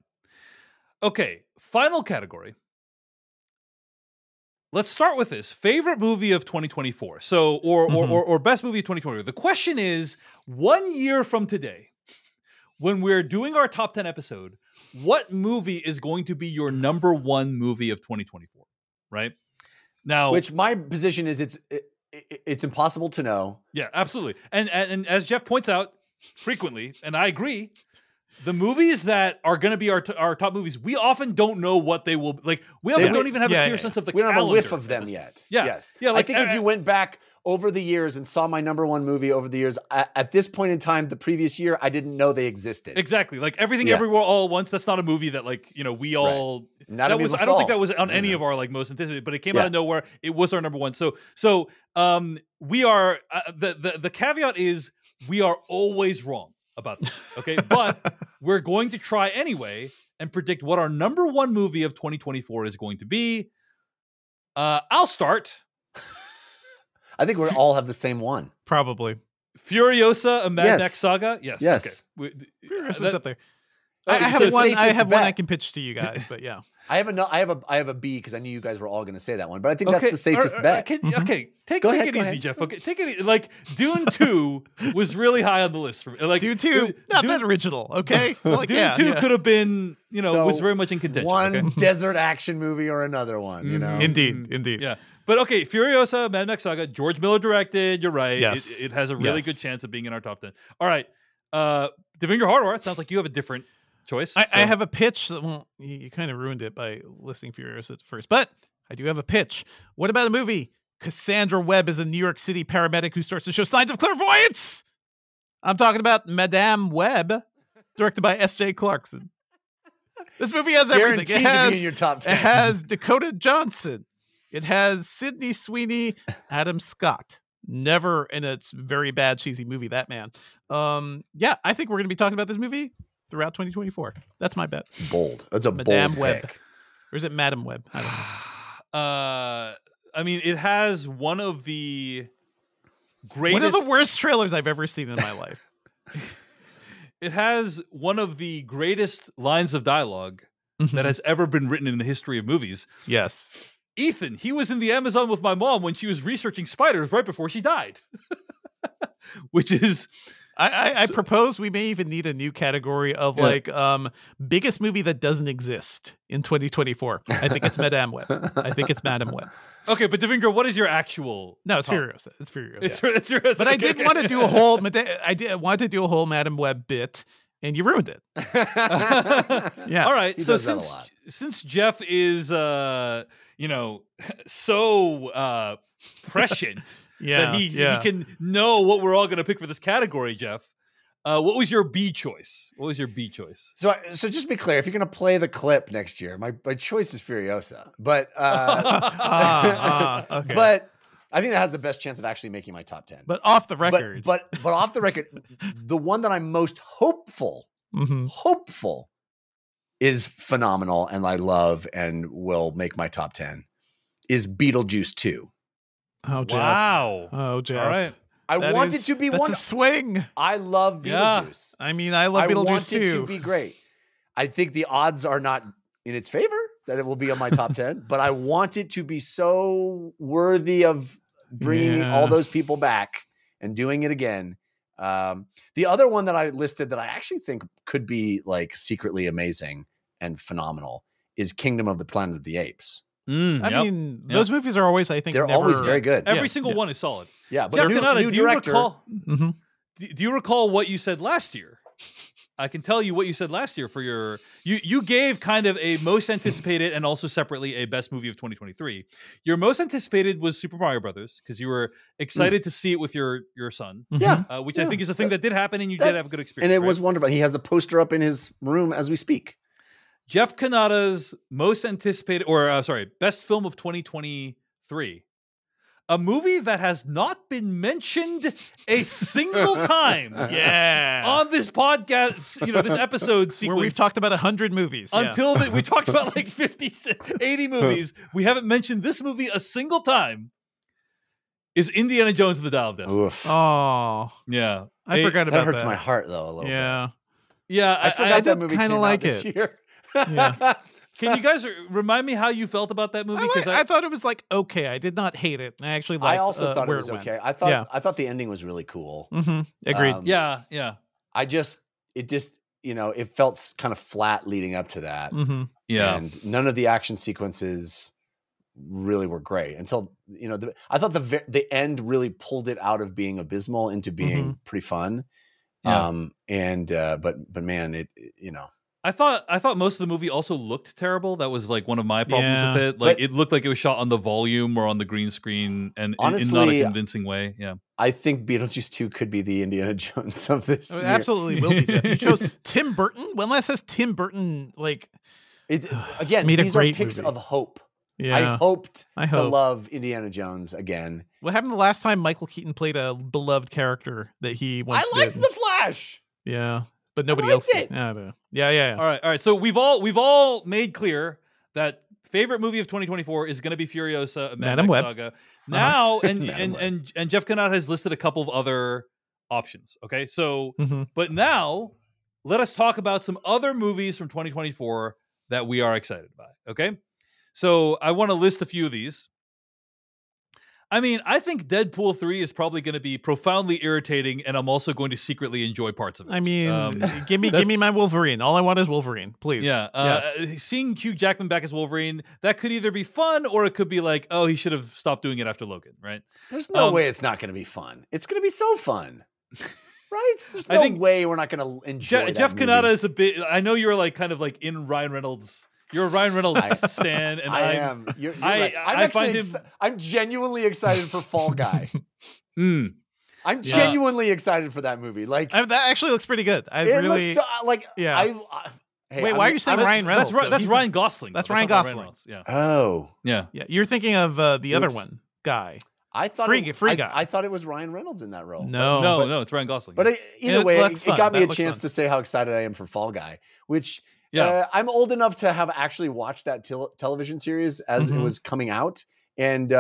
[SPEAKER 1] Okay. Final category. Let's start with this favorite movie of 2024. So, or or,
[SPEAKER 3] Mm-hmm.
[SPEAKER 2] Mhm.
[SPEAKER 1] or or best movie of 2024. The question is, one year from today, when we're doing our top 10 episode, what movie is going to be your number one movie of 2024? Right now,
[SPEAKER 3] which my position is it's it, it- it's impossible to know
[SPEAKER 1] Yeah, absolutely. And, and and as Jeff points out frequently, and I agree, the movies that are going to be our t- our top movies, we often don't know what they will like. We often
[SPEAKER 3] They-
[SPEAKER 1] don't even have
[SPEAKER 2] yeah,
[SPEAKER 1] a clear
[SPEAKER 2] yeah.
[SPEAKER 1] sense of the.
[SPEAKER 3] we don't have a whiff
[SPEAKER 1] calendar.
[SPEAKER 3] of them yet
[SPEAKER 1] Yeah.
[SPEAKER 3] yes
[SPEAKER 1] Yeah,
[SPEAKER 3] i
[SPEAKER 1] like,
[SPEAKER 3] think if
[SPEAKER 1] uh,
[SPEAKER 3] you went back over the years and saw my number one movie over the years I, at this point in time the previous year i didn't know they existed
[SPEAKER 1] Exactly. Like everything,
[SPEAKER 3] Yeah.
[SPEAKER 1] everywhere, all at once. That's not a movie that like you know we all.
[SPEAKER 3] Not
[SPEAKER 1] that
[SPEAKER 3] Amiable
[SPEAKER 1] was. I don't think
[SPEAKER 3] Fall.
[SPEAKER 1] that was on
[SPEAKER 3] No,
[SPEAKER 1] any
[SPEAKER 3] no.
[SPEAKER 1] of our like most anticipated, but it came
[SPEAKER 3] Yeah.
[SPEAKER 1] out of nowhere. It was our number one. So so um we are uh, the the the caveat is we are always wrong about this. Okay, but we're going to try anyway and predict what our number one movie of 2024 is going to be. Uh, I'll start
[SPEAKER 3] i think we all have the same one
[SPEAKER 2] Probably.
[SPEAKER 1] Furiosa, a Mad
[SPEAKER 3] Yes.
[SPEAKER 1] Max Saga. Yes.
[SPEAKER 3] Yes.
[SPEAKER 1] Okay. We-
[SPEAKER 2] Furious
[SPEAKER 1] that- Oh,
[SPEAKER 2] is up there.
[SPEAKER 1] that
[SPEAKER 2] I, I
[SPEAKER 1] was
[SPEAKER 2] have
[SPEAKER 1] just-
[SPEAKER 2] one. I
[SPEAKER 3] safest
[SPEAKER 2] have one I
[SPEAKER 3] bet.
[SPEAKER 2] can pitch to you guys, but yeah.
[SPEAKER 3] I have a I have a I have a B because I knew you guys were all going to say that one, but I think
[SPEAKER 1] Okay,
[SPEAKER 3] that's the safest
[SPEAKER 1] or- or-
[SPEAKER 3] bet. Mm-hmm.
[SPEAKER 1] can-
[SPEAKER 2] Mhm.
[SPEAKER 1] Okay, take,
[SPEAKER 3] Go
[SPEAKER 1] take
[SPEAKER 3] ahead,
[SPEAKER 1] it
[SPEAKER 3] go
[SPEAKER 1] easy,
[SPEAKER 3] ahead.
[SPEAKER 1] Jeff. Okay, take it e- like Dune Two was really high on the list for me. Like
[SPEAKER 2] Dune two, not
[SPEAKER 1] Dune,
[SPEAKER 2] that original. Okay. Well, like,
[SPEAKER 1] Dune
[SPEAKER 2] yeah,
[SPEAKER 1] Two
[SPEAKER 2] yeah.
[SPEAKER 1] could have been, you know, was
[SPEAKER 3] So,
[SPEAKER 1] very much in contention.
[SPEAKER 3] one
[SPEAKER 1] okay?
[SPEAKER 3] desert action movie or another one, you
[SPEAKER 1] Mhm.
[SPEAKER 3] know.
[SPEAKER 1] In-
[SPEAKER 2] Indeed.
[SPEAKER 1] Mm,
[SPEAKER 2] Indeed.
[SPEAKER 1] yeah, But okay, Furiosa, Mad Max Saga, George Miller directed. You're right. It-
[SPEAKER 2] Yes.
[SPEAKER 1] It, has a really
[SPEAKER 2] Yes.
[SPEAKER 1] good chance of being in our top 10. All right. Uh, Devinder Hardware, it sounds like you have a different choice.
[SPEAKER 2] I, I
[SPEAKER 1] so-
[SPEAKER 2] have a pitch. That, well, you, you kind of ruined it by listing Furious at first, but I do have a pitch. What about a movie? Cassandra Webb is a New York City paramedic who starts to show signs of clairvoyance. I'm talking about Madame Webb, directed by S.J. Clarkson. This movie has everything.
[SPEAKER 3] Guaranteed
[SPEAKER 2] It has,
[SPEAKER 3] to be in your top
[SPEAKER 2] it
[SPEAKER 3] ten.
[SPEAKER 2] has Dakota Johnson. It has Sidney Sweeney, Adam Scott. Never in a s- very bad cheesy movie, that man. Um, yeah, I think we're going to be talking about this movie throughout 2024. That's my bet.
[SPEAKER 3] It's bold. That's a
[SPEAKER 2] Madame
[SPEAKER 3] bold
[SPEAKER 2] Web.
[SPEAKER 3] pick.
[SPEAKER 2] Or is it Madam Web? I don't know.
[SPEAKER 1] uh, I mean, it has one of the
[SPEAKER 2] One
[SPEAKER 1] greatest.
[SPEAKER 2] of the worst trailers I've ever seen in my life.
[SPEAKER 1] it has one of the greatest lines of dialogue
[SPEAKER 2] Mm-hmm.
[SPEAKER 1] that has ever been written in the history of movies.
[SPEAKER 2] yes.
[SPEAKER 1] Ethan, he was in the Amazon with my mom when she was researching spiders right before she died. Which is
[SPEAKER 2] I, I, I
[SPEAKER 1] So-
[SPEAKER 2] propose we may even need a new category of
[SPEAKER 1] Yeah.
[SPEAKER 2] like um biggest movie that doesn't exist in 2024. I think it's Madame Web. I think it's Madame Web.
[SPEAKER 1] okay, but Devinder, what is your actual?
[SPEAKER 2] No, it's
[SPEAKER 1] top?
[SPEAKER 2] Furiosa. It's Furiosa.
[SPEAKER 1] It's, it's your,
[SPEAKER 2] but I did want to do a whole. Mada- I did I wanted to do a whole Madam Web bit, and you ruined it. Yeah.
[SPEAKER 1] All right.
[SPEAKER 3] He
[SPEAKER 1] so
[SPEAKER 3] does that a
[SPEAKER 1] since
[SPEAKER 3] lot.
[SPEAKER 1] since Jeff is uh you know so uh prescient
[SPEAKER 2] Yeah.
[SPEAKER 1] that he,
[SPEAKER 2] yeah.
[SPEAKER 1] he can know what we're all going to pick for this category, Jeff. Uh, what was your B choice? What was your B choice?
[SPEAKER 3] So, I- so just to be clear, if you're going to play the clip next year, my, my choice is Furiosa, but uh,
[SPEAKER 2] ah, ah, okay. But
[SPEAKER 3] but I think that has the best chance of actually making my top ten.
[SPEAKER 2] but off the
[SPEAKER 3] But-
[SPEAKER 2] record.
[SPEAKER 3] but but, off the record, the one that I'm most hopeful
[SPEAKER 2] Mhm.
[SPEAKER 3] hopeful is phenomenal, and I love and will make my top ten is Beetlejuice two.
[SPEAKER 2] oh Jeff.
[SPEAKER 1] wow.
[SPEAKER 2] Oh Jeff.
[SPEAKER 1] All right.
[SPEAKER 3] I
[SPEAKER 2] That
[SPEAKER 3] want
[SPEAKER 2] is-
[SPEAKER 3] it to be
[SPEAKER 2] That's
[SPEAKER 3] one.
[SPEAKER 2] a swing.
[SPEAKER 3] I love
[SPEAKER 1] Yeah.
[SPEAKER 3] Beetlejuice.
[SPEAKER 2] I mean, I love
[SPEAKER 3] I want
[SPEAKER 2] Beetlejuice
[SPEAKER 3] it to
[SPEAKER 2] too.
[SPEAKER 3] be great. I think the odds are not in its favor that it will be on my top 10, but I want it to be so worthy of bringing all
[SPEAKER 2] Yeah.
[SPEAKER 3] those people back and doing it again. Um, the other one that I listed that I actually think could be like secretly amazing and phenomenal is Kingdom of the Planet of the Apes.
[SPEAKER 1] Mm,
[SPEAKER 2] I
[SPEAKER 1] yep.
[SPEAKER 2] mean,
[SPEAKER 1] Yep.
[SPEAKER 2] those movies are always, I think,
[SPEAKER 3] They're always
[SPEAKER 2] never-
[SPEAKER 3] very good.
[SPEAKER 1] every
[SPEAKER 2] yeah,
[SPEAKER 1] single
[SPEAKER 2] yeah.
[SPEAKER 1] one is solid.
[SPEAKER 3] Yeah, but
[SPEAKER 1] Jeff
[SPEAKER 3] new,
[SPEAKER 1] Donata,
[SPEAKER 3] new
[SPEAKER 1] do you
[SPEAKER 3] director.
[SPEAKER 1] recall?
[SPEAKER 2] Mhm.
[SPEAKER 1] do do you recall what you said last year? I can tell you what you said last year for your you you gave kind of a most anticipated and also separately a best movie of 2023. Your most anticipated was Super Mario Brothers because you were excited to see it with your your son,
[SPEAKER 2] Mm-hmm.
[SPEAKER 3] Yeah.
[SPEAKER 1] uh, which I
[SPEAKER 3] Hmm. Yeah,
[SPEAKER 1] think is a thing that, did happen and you
[SPEAKER 3] that-
[SPEAKER 1] did have a good experience.
[SPEAKER 3] And it
[SPEAKER 1] right?
[SPEAKER 3] was wonderful. He has the poster up in his room as we speak.
[SPEAKER 1] Jeff Kanata's most anticipated or uh, sorry, best film of 2023. A movie that has not been mentioned a single time
[SPEAKER 2] Mhm. Yeah.
[SPEAKER 1] on this podcast, you know, this episode sequence.
[SPEAKER 2] Where we've talked about a hundred movies. yeah.
[SPEAKER 1] until that we talked about like 50 80 movies we haven't mentioned this movie a single time is indiana jones and the dial of destiny
[SPEAKER 3] Oof.
[SPEAKER 2] Oh,
[SPEAKER 1] yeah
[SPEAKER 2] I
[SPEAKER 1] Hey,
[SPEAKER 2] forgot about
[SPEAKER 3] that hurts
[SPEAKER 2] that.
[SPEAKER 3] my heart though a little bit.
[SPEAKER 2] Yeah.
[SPEAKER 1] yeah
[SPEAKER 3] I,
[SPEAKER 1] i,
[SPEAKER 3] forgot
[SPEAKER 1] I-
[SPEAKER 2] did
[SPEAKER 3] that movie
[SPEAKER 2] kinda
[SPEAKER 3] came
[SPEAKER 2] like
[SPEAKER 3] out this
[SPEAKER 2] it.
[SPEAKER 3] year.
[SPEAKER 2] Yeah.
[SPEAKER 1] can you guys r- remind me how you felt about that movie
[SPEAKER 2] I, like, I,
[SPEAKER 1] I,
[SPEAKER 2] thought it was like okay. I did not hate it. I actually liked.
[SPEAKER 3] I also
[SPEAKER 2] uh,
[SPEAKER 3] thought it
[SPEAKER 2] where
[SPEAKER 3] was
[SPEAKER 2] went.
[SPEAKER 3] okay. I thought
[SPEAKER 2] Yeah.
[SPEAKER 3] I thought the ending was really cool.
[SPEAKER 2] hmm Agreed.
[SPEAKER 3] Um,
[SPEAKER 1] yeah yeah
[SPEAKER 3] I just it just you know it felt kind of flat leading up to that,
[SPEAKER 2] hmm
[SPEAKER 1] yeah
[SPEAKER 3] and none of the action sequences really were great until you know the, I thought the ve- the end really pulled it out of being abysmal into being
[SPEAKER 2] Mm-hmm.
[SPEAKER 3] pretty fun.
[SPEAKER 1] Yeah.
[SPEAKER 3] Um and uh but but man it it- you know
[SPEAKER 1] i thought i thought most of the movie also looked terrible that was like one of my problems with it like
[SPEAKER 3] But-
[SPEAKER 1] it looked like it was shot on the volume or on the green screen and in- in, not
[SPEAKER 3] Honestly,
[SPEAKER 1] a convincing way yeah
[SPEAKER 3] I think Beetlejuice 2 could be the Indiana Jones of this.
[SPEAKER 2] It
[SPEAKER 3] year.
[SPEAKER 2] absolutely will be. Jeff. You chose Tim Burton. When last has Tim Burton like?
[SPEAKER 3] It's, again,
[SPEAKER 2] Made a
[SPEAKER 3] these
[SPEAKER 2] great
[SPEAKER 3] are picks
[SPEAKER 2] movie.
[SPEAKER 3] of hope. I
[SPEAKER 2] Yeah,
[SPEAKER 3] hoped
[SPEAKER 2] I,
[SPEAKER 3] to
[SPEAKER 2] hope.
[SPEAKER 3] love Indiana Jones again.
[SPEAKER 2] what happened the last time Michael Keaton played a beloved character that he once
[SPEAKER 3] I liked
[SPEAKER 2] did?
[SPEAKER 3] the Flash.
[SPEAKER 2] yeah, but nobody
[SPEAKER 3] liked
[SPEAKER 2] else. Did.
[SPEAKER 3] it.
[SPEAKER 2] Yeah, I don't know. yeah, yeah. yeah.
[SPEAKER 1] All right, all right. So we've all we've all made clear that favorite movie of 2024 is going to be Furiosa, a Mad
[SPEAKER 2] Madam
[SPEAKER 1] Max
[SPEAKER 2] Web.
[SPEAKER 1] Saga. Now, and,
[SPEAKER 3] Madam
[SPEAKER 1] and
[SPEAKER 3] Web.
[SPEAKER 1] and and Jeff Kanat has listed a couple of other options. Okay, so
[SPEAKER 2] Mhm.
[SPEAKER 1] but now let us talk about some other movies from 2024 that we are excited by. Okay, so I want to list a few of these. I mean, I think Deadpool 3 is probably going to be profoundly irritating, and I'm also going to secretly enjoy parts of it.
[SPEAKER 2] I mean,
[SPEAKER 1] Um,
[SPEAKER 2] give me give me
[SPEAKER 1] that's-
[SPEAKER 2] my Wolverine. All I want is Wolverine, please.
[SPEAKER 1] yeah. Uh,
[SPEAKER 2] yes.
[SPEAKER 1] uh, Seeing Hugh Jackman back as Wolverine, that could either be fun or it could be like, oh, he should have stopped doing it after Logan, right?
[SPEAKER 3] There's no
[SPEAKER 1] Um,
[SPEAKER 3] way it's not going to be fun. It's going to be so fun, right? There's
[SPEAKER 1] I
[SPEAKER 3] no
[SPEAKER 1] think
[SPEAKER 3] way we're not going to enjoy.
[SPEAKER 1] Je-
[SPEAKER 3] that
[SPEAKER 1] Jeff
[SPEAKER 3] movie.
[SPEAKER 1] Kanata is a bit, I know you're like kind of like in Ryan Reynolds. You're a Ryan
[SPEAKER 3] I-
[SPEAKER 1] Reynolds stan, and
[SPEAKER 3] I
[SPEAKER 1] I'm-
[SPEAKER 3] am. You're, you're
[SPEAKER 1] I-
[SPEAKER 3] right.
[SPEAKER 1] I-
[SPEAKER 3] I'm
[SPEAKER 1] I
[SPEAKER 3] actually.
[SPEAKER 1] find
[SPEAKER 3] ex-
[SPEAKER 1] him-
[SPEAKER 3] I'm genuinely excited for Fall Guy.
[SPEAKER 1] Mm.
[SPEAKER 3] I'm
[SPEAKER 1] Yeah.
[SPEAKER 3] genuinely excited for that movie. Like
[SPEAKER 2] I, that actually looks pretty good. I
[SPEAKER 3] it
[SPEAKER 2] really.
[SPEAKER 3] looks so, uh, like.
[SPEAKER 2] yeah.
[SPEAKER 3] I, I, hey,
[SPEAKER 2] Wait,
[SPEAKER 3] I'm-
[SPEAKER 2] why are you saying
[SPEAKER 3] I'm-
[SPEAKER 2] Ryan
[SPEAKER 1] That's,
[SPEAKER 2] Reynolds?
[SPEAKER 1] Ri-
[SPEAKER 2] though?
[SPEAKER 1] that's
[SPEAKER 2] He's-
[SPEAKER 1] Ryan Gosling.
[SPEAKER 2] that's
[SPEAKER 1] though.
[SPEAKER 2] Ryan
[SPEAKER 1] not
[SPEAKER 2] Gosling.
[SPEAKER 1] Reynolds. Yeah.
[SPEAKER 3] Oh,
[SPEAKER 1] Yeah.
[SPEAKER 2] Yeah, you're thinking of uh, the other
[SPEAKER 3] Oops.
[SPEAKER 2] one guy.
[SPEAKER 3] I thought
[SPEAKER 2] Free
[SPEAKER 3] it,
[SPEAKER 2] Guy- Free
[SPEAKER 3] I,
[SPEAKER 2] Guy.
[SPEAKER 3] I thought it was Ryan Reynolds in that role.
[SPEAKER 2] No,
[SPEAKER 1] Oh, no,
[SPEAKER 3] but-
[SPEAKER 1] no, it's Ryan Gosling.
[SPEAKER 3] But
[SPEAKER 1] yeah.
[SPEAKER 3] it, either
[SPEAKER 2] It
[SPEAKER 3] way,
[SPEAKER 2] looks
[SPEAKER 3] it,
[SPEAKER 2] fun.
[SPEAKER 3] got me
[SPEAKER 2] That
[SPEAKER 3] a
[SPEAKER 2] looks
[SPEAKER 3] chance
[SPEAKER 2] fun.
[SPEAKER 3] to say how excited I am for Fall Guy, which
[SPEAKER 1] yeah.
[SPEAKER 3] uh, I'm old enough to have actually watched that tel- television series as it
[SPEAKER 2] Mhm.
[SPEAKER 3] was coming out, and uh,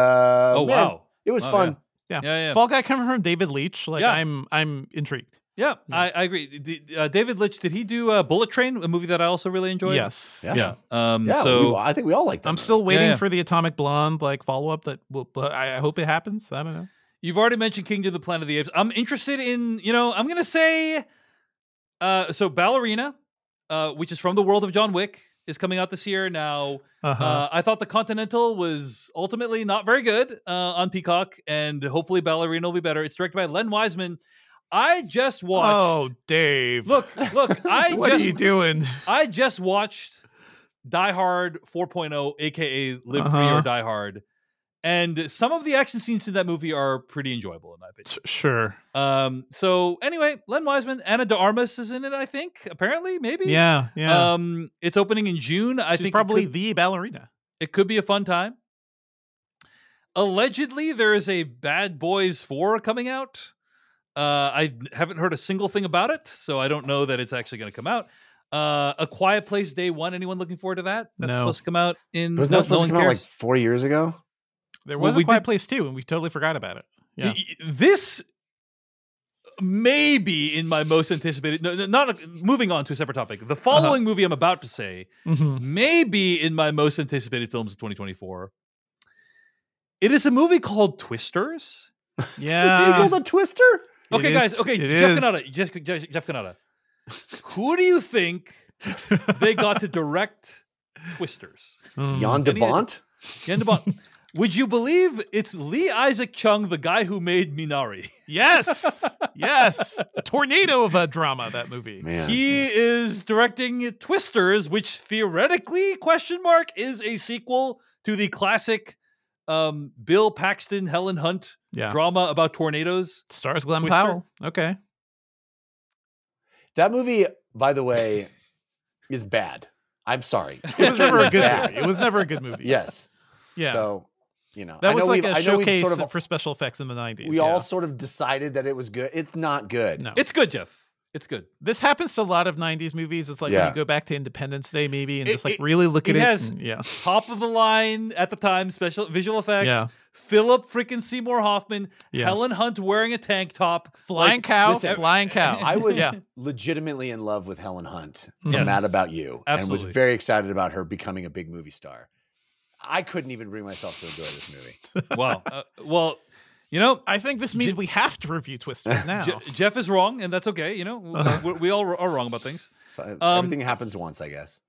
[SPEAKER 1] Mm-hmm. oh,
[SPEAKER 3] man,
[SPEAKER 1] wow.
[SPEAKER 3] it was
[SPEAKER 1] Wow,
[SPEAKER 3] fun.
[SPEAKER 1] Yeah, yeah.
[SPEAKER 2] Fall Guy coming from David Leitch. Like
[SPEAKER 1] Yeah.
[SPEAKER 2] I'm, I'm intrigued.
[SPEAKER 1] Yeah,
[SPEAKER 2] Yeah.
[SPEAKER 1] I, I agree. D- uh, David Litch, did he do uh, Bullet Train, a movie that I also really enjoyed?
[SPEAKER 2] Yes.
[SPEAKER 3] Yeah.
[SPEAKER 1] Yeah. Um,
[SPEAKER 3] Yeah, we,
[SPEAKER 1] so
[SPEAKER 3] I think we all like that.
[SPEAKER 2] I'm
[SPEAKER 3] movie.
[SPEAKER 2] still waiting
[SPEAKER 1] yeah.
[SPEAKER 2] for the Atomic Blonde like follow up that will. But I I hope it happens. I don't know.
[SPEAKER 1] you've already mentioned Kingdom of the Planet of the Apes. I'm interested in, you know, I'm going to say, uh, so Ballerina, uh, which is from the world of John Wick, is coming out this year. Now,
[SPEAKER 2] Uh-huh.
[SPEAKER 1] uh, I thought The Continental was ultimately not very good uh, on Peacock, and hopefully Ballerina will be better. It's directed by Len Wiseman. I just watched.
[SPEAKER 2] oh, Dave.
[SPEAKER 1] Look, look, I
[SPEAKER 2] what
[SPEAKER 1] just
[SPEAKER 2] are you doing?
[SPEAKER 1] I just watched Die Hard oh, 4.0, aka Live Free
[SPEAKER 2] Uh-huh.
[SPEAKER 1] or Die Hard, and some of the action scenes in that movie are pretty enjoyable in my opinion.
[SPEAKER 2] S- Sure.
[SPEAKER 1] Um, so anyway, Len Wiseman, Anna De Armas is in it, I think. Apparently, maybe.
[SPEAKER 2] Yeah, yeah.
[SPEAKER 1] Um, it's opening in June. I
[SPEAKER 2] She's
[SPEAKER 1] think it
[SPEAKER 2] probably
[SPEAKER 1] could-
[SPEAKER 2] the ballerina.
[SPEAKER 1] it could be a fun time. Allegedly, there is a Bad Boys 4 coming out. Uh, I haven't heard a single thing about it, so I don't know that it's actually going to come out. Uh, a Quiet Place Day 1, anyone looking forward to that? That's
[SPEAKER 2] No.
[SPEAKER 1] supposed to come out in.
[SPEAKER 3] Wasn't
[SPEAKER 1] no-
[SPEAKER 3] that supposed
[SPEAKER 1] no
[SPEAKER 3] to
[SPEAKER 1] one
[SPEAKER 3] come out like
[SPEAKER 1] cares.
[SPEAKER 3] four years ago?
[SPEAKER 2] There
[SPEAKER 1] Well,
[SPEAKER 2] was
[SPEAKER 1] we
[SPEAKER 2] a Quiet
[SPEAKER 1] did-
[SPEAKER 2] Place too, and we totally forgot about it. yeah.
[SPEAKER 1] Y- y- This may be in my most anticipated. No, no, not moving on to a separate topic.
[SPEAKER 2] Uh-huh.
[SPEAKER 1] The following movie I'm about to say
[SPEAKER 2] Mhm.
[SPEAKER 1] maybe in my most anticipated films of 2024. It is a movie called Twisters.
[SPEAKER 3] The
[SPEAKER 2] Yeah.
[SPEAKER 3] sequel to Twister?
[SPEAKER 2] It
[SPEAKER 1] Okay, guys.
[SPEAKER 2] is-
[SPEAKER 1] Okay,
[SPEAKER 2] it
[SPEAKER 1] Jeff
[SPEAKER 2] is.
[SPEAKER 1] Canada. Jeff, Jeff, Jeff Canada. Who do you think
[SPEAKER 2] Mm-hmm.
[SPEAKER 1] they got to direct Twisters?
[SPEAKER 2] Mm.
[SPEAKER 3] Jan
[SPEAKER 1] Any-
[SPEAKER 3] de Bont?
[SPEAKER 1] Jan de Bont. Would you believe it's Lee Isaac Chung, the guy who made Minari?
[SPEAKER 2] Yes. Yes. A tornado of a drama that movie.
[SPEAKER 3] Man.
[SPEAKER 1] He is directing Twisters, which theoretically question mark is a sequel to the classic um, Bill Paxton Helen Hunt
[SPEAKER 2] Yeah.
[SPEAKER 1] drama about tornadoes.
[SPEAKER 2] Stars Glenn
[SPEAKER 1] Twister.
[SPEAKER 2] Powell. Okay.
[SPEAKER 3] that movie, by the way, is bad. I'm sorry.
[SPEAKER 2] It was never a
[SPEAKER 3] is
[SPEAKER 2] good
[SPEAKER 3] bad.
[SPEAKER 2] movie. It was never a good movie.
[SPEAKER 3] Yes.
[SPEAKER 2] Yeah.
[SPEAKER 3] So, you know, I
[SPEAKER 2] that was
[SPEAKER 3] know
[SPEAKER 2] like
[SPEAKER 3] we've-
[SPEAKER 2] a
[SPEAKER 3] I know we've
[SPEAKER 2] showcase
[SPEAKER 3] sort of,
[SPEAKER 2] for special effects in the 90s.
[SPEAKER 3] We
[SPEAKER 2] yeah.
[SPEAKER 3] all sort of decided that it was good. It's not good.
[SPEAKER 2] No.
[SPEAKER 1] It's good, Jeff. It's good.
[SPEAKER 2] This happens to a lot of 90s movies. It's like
[SPEAKER 3] Yeah.
[SPEAKER 2] when you go back to Independence Day maybe and
[SPEAKER 1] It-
[SPEAKER 2] just like
[SPEAKER 1] it-
[SPEAKER 2] really look at
[SPEAKER 1] it
[SPEAKER 2] it.
[SPEAKER 1] has-
[SPEAKER 2] and- yeah.
[SPEAKER 1] Top of the line at the time, special visual effects.
[SPEAKER 2] Yeah.
[SPEAKER 1] Philip freaking Seymour Hoffman,
[SPEAKER 2] Yeah.
[SPEAKER 1] Helen Hunt wearing a tank top.
[SPEAKER 2] Flying cow,
[SPEAKER 3] listen,
[SPEAKER 2] flying cow.
[SPEAKER 3] I was
[SPEAKER 2] yeah.
[SPEAKER 3] legitimately in love with Helen Hunt from
[SPEAKER 2] Yes.
[SPEAKER 3] Mad About You and was
[SPEAKER 1] Absolutely.
[SPEAKER 3] very excited about her becoming a big movie star. I couldn't even bring myself to enjoy this movie.
[SPEAKER 1] Wow. Uh, well, you know,
[SPEAKER 2] I think this means we have to review Twister now.
[SPEAKER 1] Je- Jeff is wrong, and that's okay. You know,
[SPEAKER 2] Uh-huh.
[SPEAKER 1] we we all are wrong about things.
[SPEAKER 3] So uh,
[SPEAKER 1] Um,
[SPEAKER 3] everything happens once, I guess.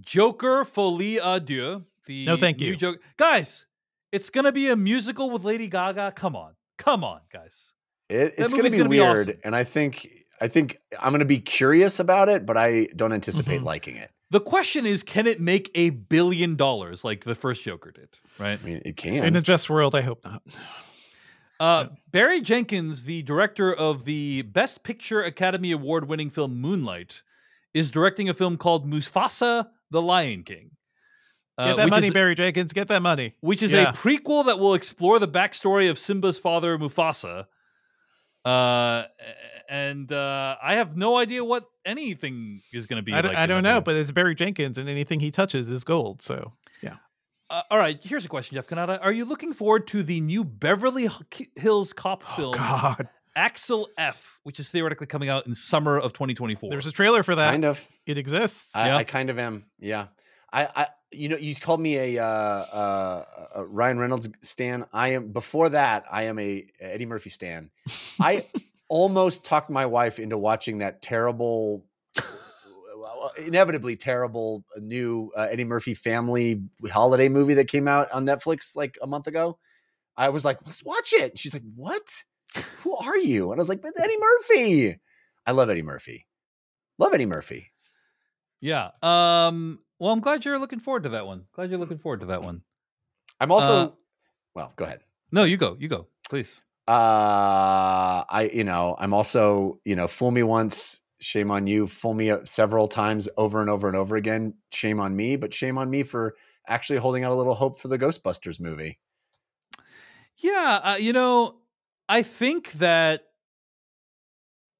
[SPEAKER 1] Joker Folie à Deux. The
[SPEAKER 2] No, thank
[SPEAKER 1] new
[SPEAKER 2] you.
[SPEAKER 1] Joker. Guys, it's going to be a musical with Lady Gaga. Come on. Come on, guys.
[SPEAKER 3] It,
[SPEAKER 1] That
[SPEAKER 3] it's going to
[SPEAKER 1] movie's
[SPEAKER 3] be
[SPEAKER 1] gonna be
[SPEAKER 3] weird,
[SPEAKER 1] awesome.
[SPEAKER 3] and I think I think I'm going to be curious about it, but I don't anticipate
[SPEAKER 1] Mm-hmm.
[SPEAKER 2] Mhm.
[SPEAKER 3] liking it.
[SPEAKER 1] The question is can it make a billion dollars like the first Joker did, right?
[SPEAKER 3] I mean, it
[SPEAKER 2] In
[SPEAKER 3] can.
[SPEAKER 2] a just world, I hope not.
[SPEAKER 1] Uh, Barry Jenkins, the director of the Best Picture Academy Award winning film Moonlight, is directing a film called Mufasa the Lion King. uh,
[SPEAKER 2] Get that
[SPEAKER 1] which
[SPEAKER 2] money,
[SPEAKER 1] is-
[SPEAKER 2] Barry Jenkins. Get that money.
[SPEAKER 1] which is
[SPEAKER 2] Yeah.
[SPEAKER 1] a prequel that will explore the backstory of Simba's father, Mufasa. Uh, and uh, I have no idea what anything is going to be.
[SPEAKER 2] I don't,
[SPEAKER 1] like
[SPEAKER 2] I
[SPEAKER 1] in
[SPEAKER 2] don't
[SPEAKER 1] that
[SPEAKER 2] know,
[SPEAKER 1] movie.
[SPEAKER 2] but it's Barry Jenkins, and anything he touches is gold. So
[SPEAKER 1] Uh, all right, here's a question, Jeff Kanata. Are you looking forward to the new Beverly H- Hills Cop film,
[SPEAKER 2] Oh, God,
[SPEAKER 1] Axel F, which is theoretically coming out in summer of 2024?
[SPEAKER 2] there's a trailer for that.
[SPEAKER 3] Kind of.
[SPEAKER 2] It exists.
[SPEAKER 3] I,
[SPEAKER 1] Yeah.
[SPEAKER 3] I kind of am. Yeah. I, I, you know, you called me a, uh, uh, a Ryan Reynolds stan. I am before that. I am a Eddie Murphy stan. I almost talked my wife into watching that terrible, inevitably terrible new uh, Eddie Murphy family holiday movie that came out on Netflix like a month ago. I was like, let's watch it. She's like, what? Who are you? And I was like, but Eddie Murphy. I love Eddie Murphy. Love Eddie Murphy.
[SPEAKER 1] Yeah. Um. Well, I'm glad you're looking forward to that one. Glad you're looking forward to that one.
[SPEAKER 3] I'm also
[SPEAKER 1] Uh,
[SPEAKER 3] well, go ahead.
[SPEAKER 1] No, you go. You go, please.
[SPEAKER 3] Uh I you know, I'm also, you know, fool me once, shame on you, fool me uh, several times over and over and over again, shame on me, but shame on me for actually holding out a little hope for the Ghostbusters movie.
[SPEAKER 1] Yeah. Uh, you know, I think that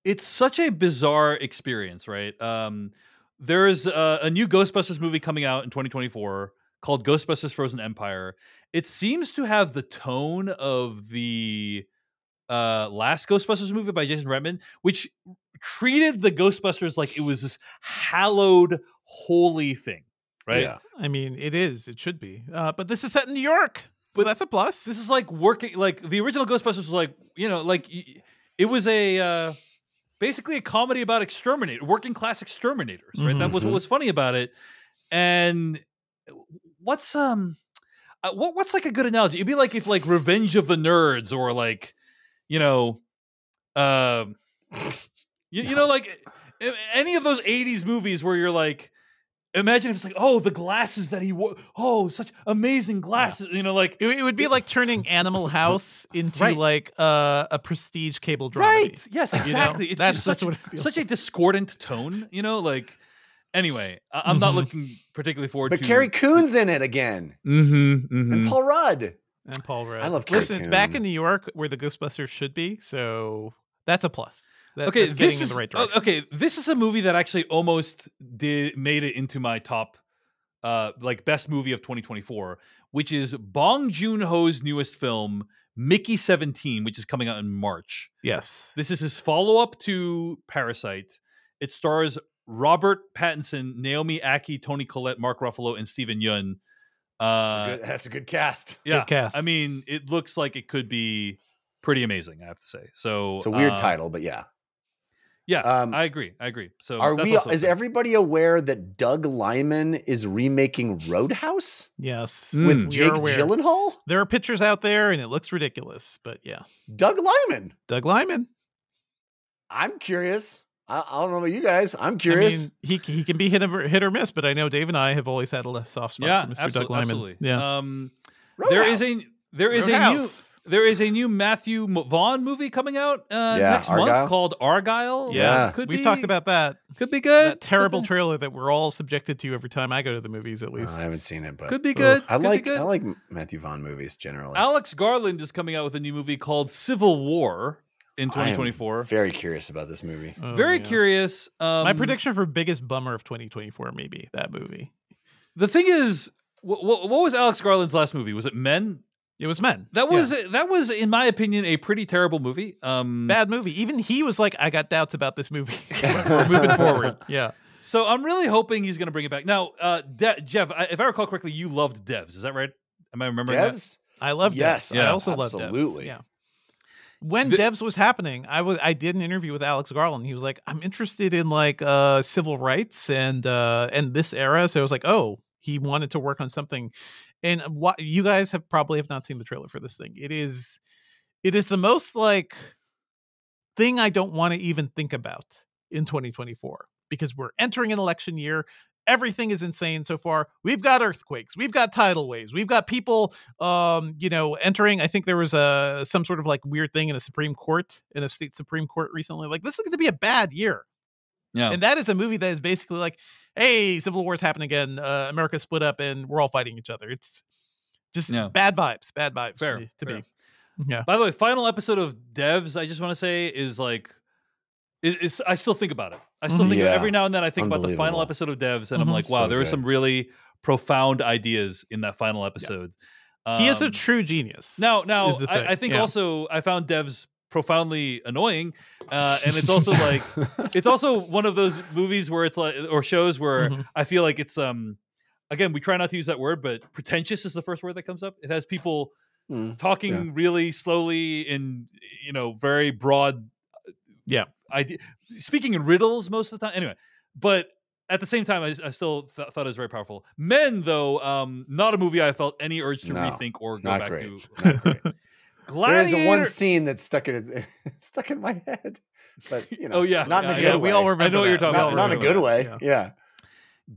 [SPEAKER 1] it's such a bizarre experience, right? Um, there is a, a new Ghostbusters movie coming out in 2024 called Ghostbusters Frozen Empire. It seems to have the tone of the uh, last Ghostbusters movie by Jason Redman, which treated the Ghostbusters like it was this hallowed, holy thing, right?
[SPEAKER 3] Yeah.
[SPEAKER 2] I mean, it is. It should be. Uh, but this is set in New York, so
[SPEAKER 1] But
[SPEAKER 2] that's a plus.
[SPEAKER 1] this is like working like the original ghostbusters was like you know like y- it was a uh basically a comedy about exterminate working class exterminators right that was what
[SPEAKER 3] Mhm.
[SPEAKER 1] was funny about it and what's um uh, what what's like a good analogy it'd be like if like revenge of the nerds or like you know um you, you know like a- any of those 80s movies where you're like imagine if it's like oh the glasses that he wore oh such amazing glasses you know like
[SPEAKER 2] it, it would be like turning Animal House into
[SPEAKER 1] Right.
[SPEAKER 2] like uh, a prestige cable drama.
[SPEAKER 1] Right. Yes,
[SPEAKER 2] You know?
[SPEAKER 1] exactly. It's
[SPEAKER 2] That's-
[SPEAKER 1] just
[SPEAKER 2] that's
[SPEAKER 1] such,
[SPEAKER 2] what it feels
[SPEAKER 1] such a discordant tone, you know, like anyway, I- I'm not
[SPEAKER 2] Mhm.
[SPEAKER 1] looking particularly forward
[SPEAKER 3] But
[SPEAKER 1] to
[SPEAKER 3] Carrie Coon's in it again.
[SPEAKER 2] Mm-hmm,
[SPEAKER 1] Mhm, mhm.
[SPEAKER 3] And Paul Rudd.
[SPEAKER 2] And Paul Rudd.
[SPEAKER 3] I love Carrie
[SPEAKER 2] Listen, it's back
[SPEAKER 3] Coon.
[SPEAKER 2] in New York where the Ghostbusters should be, so that's a plus. That,
[SPEAKER 1] okay,
[SPEAKER 2] that's
[SPEAKER 1] this
[SPEAKER 2] getting
[SPEAKER 1] is
[SPEAKER 2] in the right
[SPEAKER 1] oh,
[SPEAKER 2] direction.
[SPEAKER 1] okay, this is a movie that actually almost did made it into my top uh like best movie of 2024, which is Bong Joon-ho's newest film Mickey 17, which is coming out in March.
[SPEAKER 2] Yes.
[SPEAKER 1] This is his follow up to Parasite. It stars Robert Pattinson, Naomi Aki, Tony Collette, Mark Ruffalo, and Steven Yeun. Uh,
[SPEAKER 3] That's, a good, that's a good cast.
[SPEAKER 1] yeah,
[SPEAKER 2] Good cast.
[SPEAKER 1] I mean, it looks like it could be pretty amazing. I have to say. So
[SPEAKER 3] It's a weird
[SPEAKER 1] uh,
[SPEAKER 3] title, but yeah.
[SPEAKER 1] Yeah,
[SPEAKER 3] Um,
[SPEAKER 1] I agree. I agree. So
[SPEAKER 3] Are
[SPEAKER 1] that's
[SPEAKER 3] we
[SPEAKER 1] also
[SPEAKER 3] is
[SPEAKER 1] good.
[SPEAKER 3] everybody aware that Doug Lyman is remaking Roadhouse?
[SPEAKER 2] yes.
[SPEAKER 1] Mm.
[SPEAKER 2] We
[SPEAKER 3] with
[SPEAKER 2] are
[SPEAKER 3] Jake
[SPEAKER 2] aware.
[SPEAKER 3] Gyllenhaal?
[SPEAKER 2] There are pictures out there, and it looks ridiculous, but yeah,
[SPEAKER 3] Doug Lyman.
[SPEAKER 2] Doug Lyman.
[SPEAKER 3] I'm curious. I, I don't know about you guys. I'm
[SPEAKER 2] I
[SPEAKER 3] curious.
[SPEAKER 2] mean, he he can be hit or, hit or miss, but I know Dave and I have always had a less soft spot
[SPEAKER 1] yeah,
[SPEAKER 2] for Mr.
[SPEAKER 1] absolutely,
[SPEAKER 2] Doug Lyman.
[SPEAKER 1] absolutely.
[SPEAKER 2] Yeah.
[SPEAKER 1] Um, there is a
[SPEAKER 3] Roadhouse.
[SPEAKER 1] there is a new
[SPEAKER 2] Roadhouse.
[SPEAKER 1] there is a new Matthew Mo- Vaughn movie coming out uh,
[SPEAKER 3] Yeah,
[SPEAKER 1] next
[SPEAKER 3] Argyle.
[SPEAKER 1] month called Argyle.
[SPEAKER 3] Yeah.
[SPEAKER 1] That could
[SPEAKER 2] We've
[SPEAKER 1] be,
[SPEAKER 2] talked about that
[SPEAKER 1] could be good.
[SPEAKER 2] that terrible
[SPEAKER 1] Could be-
[SPEAKER 2] trailer that we're all subjected to every time I go to the movies, at
[SPEAKER 3] Uh,
[SPEAKER 2] least.
[SPEAKER 3] I haven't seen it, but
[SPEAKER 1] could be
[SPEAKER 2] Ugh.
[SPEAKER 1] good.
[SPEAKER 3] I
[SPEAKER 1] could be
[SPEAKER 3] like
[SPEAKER 1] good.
[SPEAKER 3] I like Matthew Vaughn movies generally.
[SPEAKER 1] Alex Garland is coming out with a new movie called Civil War in
[SPEAKER 3] I am
[SPEAKER 1] 2024.
[SPEAKER 3] Very curious about this movie.
[SPEAKER 2] Oh,
[SPEAKER 1] Very
[SPEAKER 2] yeah.
[SPEAKER 1] curious. Um,
[SPEAKER 2] My prediction for biggest bummer of 2024, maybe that movie.
[SPEAKER 1] The thing is, what, what was Alex Garland's last movie? Was it Men?
[SPEAKER 2] It was men.
[SPEAKER 1] That
[SPEAKER 2] Yeah.
[SPEAKER 1] was that was, in my opinion, a pretty terrible movie. Um,
[SPEAKER 2] bad movie. Even he was like, I got doubts about this movie. But We're moving forward. Yeah.
[SPEAKER 1] So I'm really hoping he's going to bring it back. Now, uh, De- Jeff, I, if I recall correctly, you loved Devs. Is that right? Am I remembering that?
[SPEAKER 3] Devs?
[SPEAKER 2] I love
[SPEAKER 3] Yes,
[SPEAKER 2] Devs. I
[SPEAKER 1] yeah,
[SPEAKER 2] also love Devs.
[SPEAKER 3] absolutely.
[SPEAKER 2] Yeah. When
[SPEAKER 1] The-
[SPEAKER 2] Devs was happening, I was I did an interview with Alex Garland. He was like, I'm interested in like uh civil rights and uh and this era. So I was like, oh, he wanted to work on something. And what you guys have probably have not seen the trailer for this thing. It is it is the most like thing I don't want to even think about in 2024 because we're entering an election year. Everything is insane so far. We've got earthquakes, we've got tidal waves, we've got people, um, you know, entering. I think there was a some sort of like weird thing in a Supreme Court in a state Supreme Court recently. Like this is going to be a bad year,
[SPEAKER 1] Yeah.
[SPEAKER 2] and that is a movie that is basically like, hey, civil wars happen again. Uh, America split up, and we're all fighting each other. It's just
[SPEAKER 1] Yeah.
[SPEAKER 2] bad vibes, bad vibes
[SPEAKER 1] Fair,
[SPEAKER 2] to me. To
[SPEAKER 1] fair.
[SPEAKER 2] me. Mm-hmm. Yeah.
[SPEAKER 1] By the way, final episode of Devs, I just want to say is like, is, is I still think about it. I still
[SPEAKER 2] Mhm.
[SPEAKER 1] think
[SPEAKER 3] Mm-hmm. Yeah.
[SPEAKER 1] every now and then I think about the final
[SPEAKER 3] Unbelievable. Mm-hmm.
[SPEAKER 1] episode of Devs, and I'm
[SPEAKER 2] Mhm.
[SPEAKER 1] like, wow,
[SPEAKER 3] So
[SPEAKER 1] there are some
[SPEAKER 3] good.
[SPEAKER 1] really profound ideas in that final episode.
[SPEAKER 2] he is a
[SPEAKER 1] Um,
[SPEAKER 2] true genius.
[SPEAKER 1] now, now
[SPEAKER 2] is the thing,
[SPEAKER 1] I, I think
[SPEAKER 2] yeah.
[SPEAKER 1] also I found Devs profoundly annoying, uh, and it's also like
[SPEAKER 3] Mm-hmm.
[SPEAKER 1] it's also one of those movies where it's like or shows where
[SPEAKER 2] Mhm.
[SPEAKER 1] I feel like it's um again, we try not to use that word, but pretentious is the first word that comes up. It has people
[SPEAKER 3] Mm.
[SPEAKER 1] talking really slowly in you know very broad
[SPEAKER 2] Yeah.
[SPEAKER 1] idea speaking in riddles most of the time anyway but at the same time i, I still th- thought it was very powerful men though um not a movie i felt any urge to
[SPEAKER 3] No,
[SPEAKER 1] rethink or go
[SPEAKER 3] not
[SPEAKER 1] back
[SPEAKER 3] great.
[SPEAKER 1] to
[SPEAKER 3] There is
[SPEAKER 1] gladiator
[SPEAKER 3] a one scene that's stuck in stuck in my head, but you know,
[SPEAKER 1] Oh, yeah,
[SPEAKER 3] not
[SPEAKER 1] yeah,
[SPEAKER 3] in a
[SPEAKER 1] yeah.
[SPEAKER 2] Yeah,
[SPEAKER 3] good
[SPEAKER 2] we
[SPEAKER 3] way.
[SPEAKER 2] all remember.
[SPEAKER 1] I know what you're
[SPEAKER 2] that.
[SPEAKER 1] talking
[SPEAKER 2] We all
[SPEAKER 3] not,
[SPEAKER 1] about.
[SPEAKER 3] not in a
[SPEAKER 2] remember
[SPEAKER 3] good
[SPEAKER 2] that.
[SPEAKER 3] way.
[SPEAKER 2] Yeah.
[SPEAKER 3] Yeah. Ah,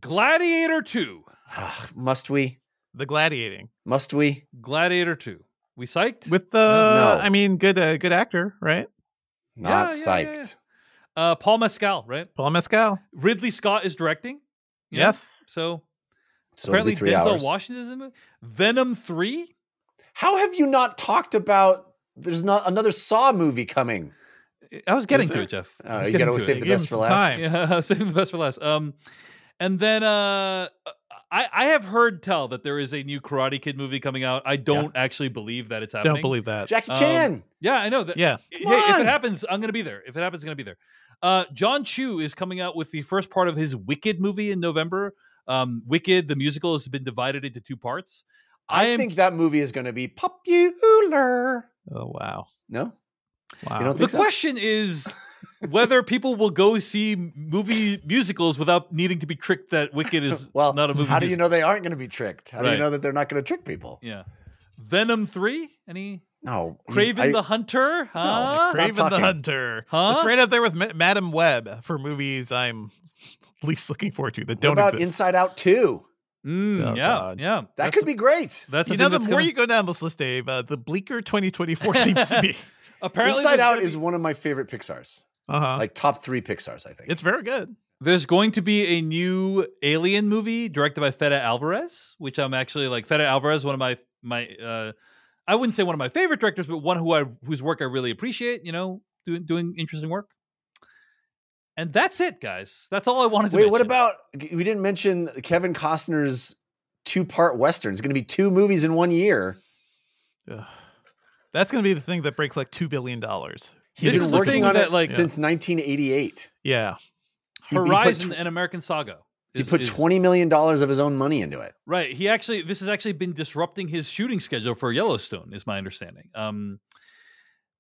[SPEAKER 1] gladiator 2
[SPEAKER 3] Must we?
[SPEAKER 2] The gladiating
[SPEAKER 3] Must we?
[SPEAKER 1] gladiator 2 we psyched
[SPEAKER 2] with the.
[SPEAKER 3] No.
[SPEAKER 2] I mean, good, uh, good actor, right?
[SPEAKER 3] Not
[SPEAKER 1] yeah, yeah, yeah.
[SPEAKER 3] psyched.
[SPEAKER 1] uh paul mescal right
[SPEAKER 2] Paul Mescal.
[SPEAKER 1] ridley scott is directing you know?
[SPEAKER 2] Yes.
[SPEAKER 1] so
[SPEAKER 3] So it'll
[SPEAKER 1] apparently
[SPEAKER 3] be three
[SPEAKER 1] denzel
[SPEAKER 3] hours.
[SPEAKER 1] washington is in the movie venom 3
[SPEAKER 3] How have you not talked about? There's not another Saw movie coming.
[SPEAKER 1] I was getting
[SPEAKER 3] Is
[SPEAKER 1] to
[SPEAKER 3] there?
[SPEAKER 1] it, Jeff. I
[SPEAKER 3] Oh,
[SPEAKER 1] was
[SPEAKER 3] you
[SPEAKER 1] getting
[SPEAKER 3] gotta
[SPEAKER 1] to
[SPEAKER 3] always
[SPEAKER 1] it.
[SPEAKER 3] save the
[SPEAKER 2] Give him
[SPEAKER 3] best for
[SPEAKER 2] some
[SPEAKER 3] last.
[SPEAKER 2] time.
[SPEAKER 1] Yeah, saving the best for last. Um, and then uh, I I have heard tell that there is a new Karate Kid movie coming out. I don't actually believe that it's happening.
[SPEAKER 2] Don't believe that.
[SPEAKER 3] Jackie
[SPEAKER 1] Um,
[SPEAKER 3] Chan.
[SPEAKER 1] Yeah, I know that.
[SPEAKER 2] Yeah.
[SPEAKER 1] Hey,
[SPEAKER 3] Come
[SPEAKER 1] if
[SPEAKER 3] on.
[SPEAKER 1] it happens, I'm gonna be there. If it happens, I'm gonna be there. Uh, John Chu is coming out with the first part of his Wicked movie in November. Um, Wicked, the musical, has been divided into two parts. I,
[SPEAKER 3] I,
[SPEAKER 1] am
[SPEAKER 3] think that movie is going to be popular.
[SPEAKER 2] Oh wow.
[SPEAKER 3] No,
[SPEAKER 2] Wow.
[SPEAKER 3] you don't
[SPEAKER 1] the
[SPEAKER 3] think so?
[SPEAKER 1] question is whether people will go see movie musicals without needing to be tricked that Wicked is
[SPEAKER 3] Well,
[SPEAKER 1] not a movie.
[SPEAKER 3] how do you
[SPEAKER 1] music-
[SPEAKER 3] know they aren't going to be tricked? How do
[SPEAKER 1] Right.
[SPEAKER 3] you know that they're not going to trick people?
[SPEAKER 1] Yeah, Venom three. Any
[SPEAKER 3] No, you-
[SPEAKER 1] Craven
[SPEAKER 3] Mm, I-
[SPEAKER 1] the Hunter? Huh?
[SPEAKER 3] not
[SPEAKER 2] Craven the
[SPEAKER 3] talking.
[SPEAKER 2] Hunter.
[SPEAKER 1] Huh?
[SPEAKER 2] It's right up there with Ma- Madam Web for movies I'm least looking forward to that
[SPEAKER 3] what
[SPEAKER 2] don't
[SPEAKER 3] about
[SPEAKER 2] exist.
[SPEAKER 3] Inside Out Two?
[SPEAKER 1] Mm,
[SPEAKER 2] Oh,
[SPEAKER 1] yeah,
[SPEAKER 2] God.
[SPEAKER 1] yeah.
[SPEAKER 3] That could be great.
[SPEAKER 1] That's
[SPEAKER 2] you know, the more you go down this list, Dave, uh, the bleaker 2024 seems to be.
[SPEAKER 1] apparently
[SPEAKER 3] Inside
[SPEAKER 1] there's
[SPEAKER 3] Out
[SPEAKER 1] gonna
[SPEAKER 3] is
[SPEAKER 1] be-
[SPEAKER 3] one of my favorite Pixar's,
[SPEAKER 2] Uh huh.
[SPEAKER 3] like top three Pixar's. I think
[SPEAKER 2] it's very good.
[SPEAKER 1] there's going to be a new Alien movie directed by Feta Alvarez, which I'm actually like Feta Alvarez, one of my my uh, I wouldn't say one of my favorite directors, but one who I whose work I really appreciate. You know, doing doing interesting work. And that's it, guys. That's all I wanted to.
[SPEAKER 3] Wait, what
[SPEAKER 1] mention.
[SPEAKER 3] about we didn't mention Kevin Costner's two-part western? It's going to be two movies in one year.
[SPEAKER 2] Ugh. That's going to be the thing that breaks like $2 billion.
[SPEAKER 3] He's
[SPEAKER 1] This
[SPEAKER 3] been
[SPEAKER 1] is the
[SPEAKER 3] working
[SPEAKER 1] thing
[SPEAKER 3] on
[SPEAKER 1] that,
[SPEAKER 3] it
[SPEAKER 1] like-
[SPEAKER 3] since 1988.
[SPEAKER 2] Yeah.
[SPEAKER 3] He- he put
[SPEAKER 1] Horizon
[SPEAKER 3] tw-
[SPEAKER 1] and American Saga?
[SPEAKER 3] He
[SPEAKER 1] is-
[SPEAKER 3] put
[SPEAKER 1] is-
[SPEAKER 3] twenty million dollars of his own money into it.
[SPEAKER 1] Right. He actually this has actually been disrupting his shooting schedule for Yellowstone, is my understanding. Um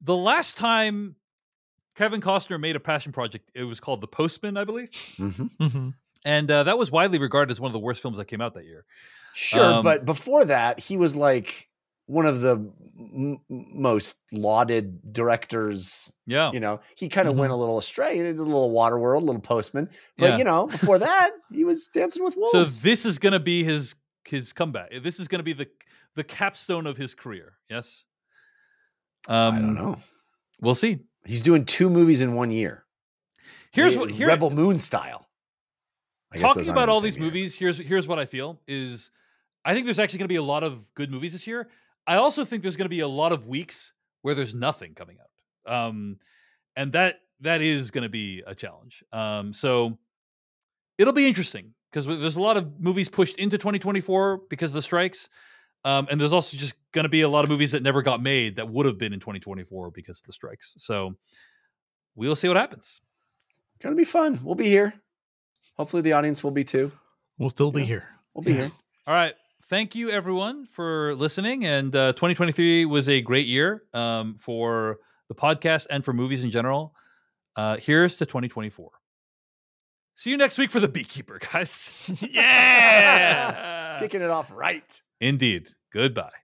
[SPEAKER 1] the last time Kevin Costner made a passion project, it was called The Postman, I believe.
[SPEAKER 3] Mhm.
[SPEAKER 2] hmm
[SPEAKER 1] And uh, that was widely regarded as one of the worst films that came out that year.
[SPEAKER 3] Sure,
[SPEAKER 1] Um,
[SPEAKER 3] but before that, he was like one of the m- m- most lauded directors.
[SPEAKER 1] Yeah.
[SPEAKER 3] You know, he kind of went a little astray. He did a little Waterworld, a little Postman. But
[SPEAKER 1] Yeah.
[SPEAKER 3] you know, before that, he was Dancing with
[SPEAKER 1] So
[SPEAKER 3] Wolves.
[SPEAKER 1] this is gonna be his his comeback. This is gonna be the the capstone of his career. Yes. Um
[SPEAKER 3] I don't know.
[SPEAKER 1] We'll see.
[SPEAKER 3] He's doing two movies in one year.
[SPEAKER 1] Here's
[SPEAKER 3] The
[SPEAKER 1] what here,
[SPEAKER 3] Rebel Moon style. I guess those
[SPEAKER 1] talking
[SPEAKER 3] aren't
[SPEAKER 1] about
[SPEAKER 3] in the
[SPEAKER 1] all
[SPEAKER 3] same
[SPEAKER 1] these
[SPEAKER 3] year.
[SPEAKER 1] movies here's here's what i feel is i think there's actually going to be a lot of good movies this year i also think there's going to be a lot of weeks where there's nothing coming out um and that that is going to be a challenge um so it'll be interesting because there's a lot of movies pushed into 2024 because of the strikes um, and there's also just going to be a lot of movies that never got made that would have been in 2024 because of the strikes. So we'll see what happens.
[SPEAKER 3] Gonna be fun. We'll be here. Hopefully, the audience will be too.
[SPEAKER 2] We'll still be
[SPEAKER 3] Yeah.
[SPEAKER 2] here.
[SPEAKER 3] We'll be
[SPEAKER 2] Yeah.
[SPEAKER 3] here.
[SPEAKER 1] All right. Thank you, everyone, for listening. And uh, 2023 was a great year um, for the podcast and for movies in general. Uh, here's to 2024. See you next week for The Beekeeper, guys.
[SPEAKER 2] yeah.
[SPEAKER 3] Kicking it off right.
[SPEAKER 1] Indeed. Goodbye.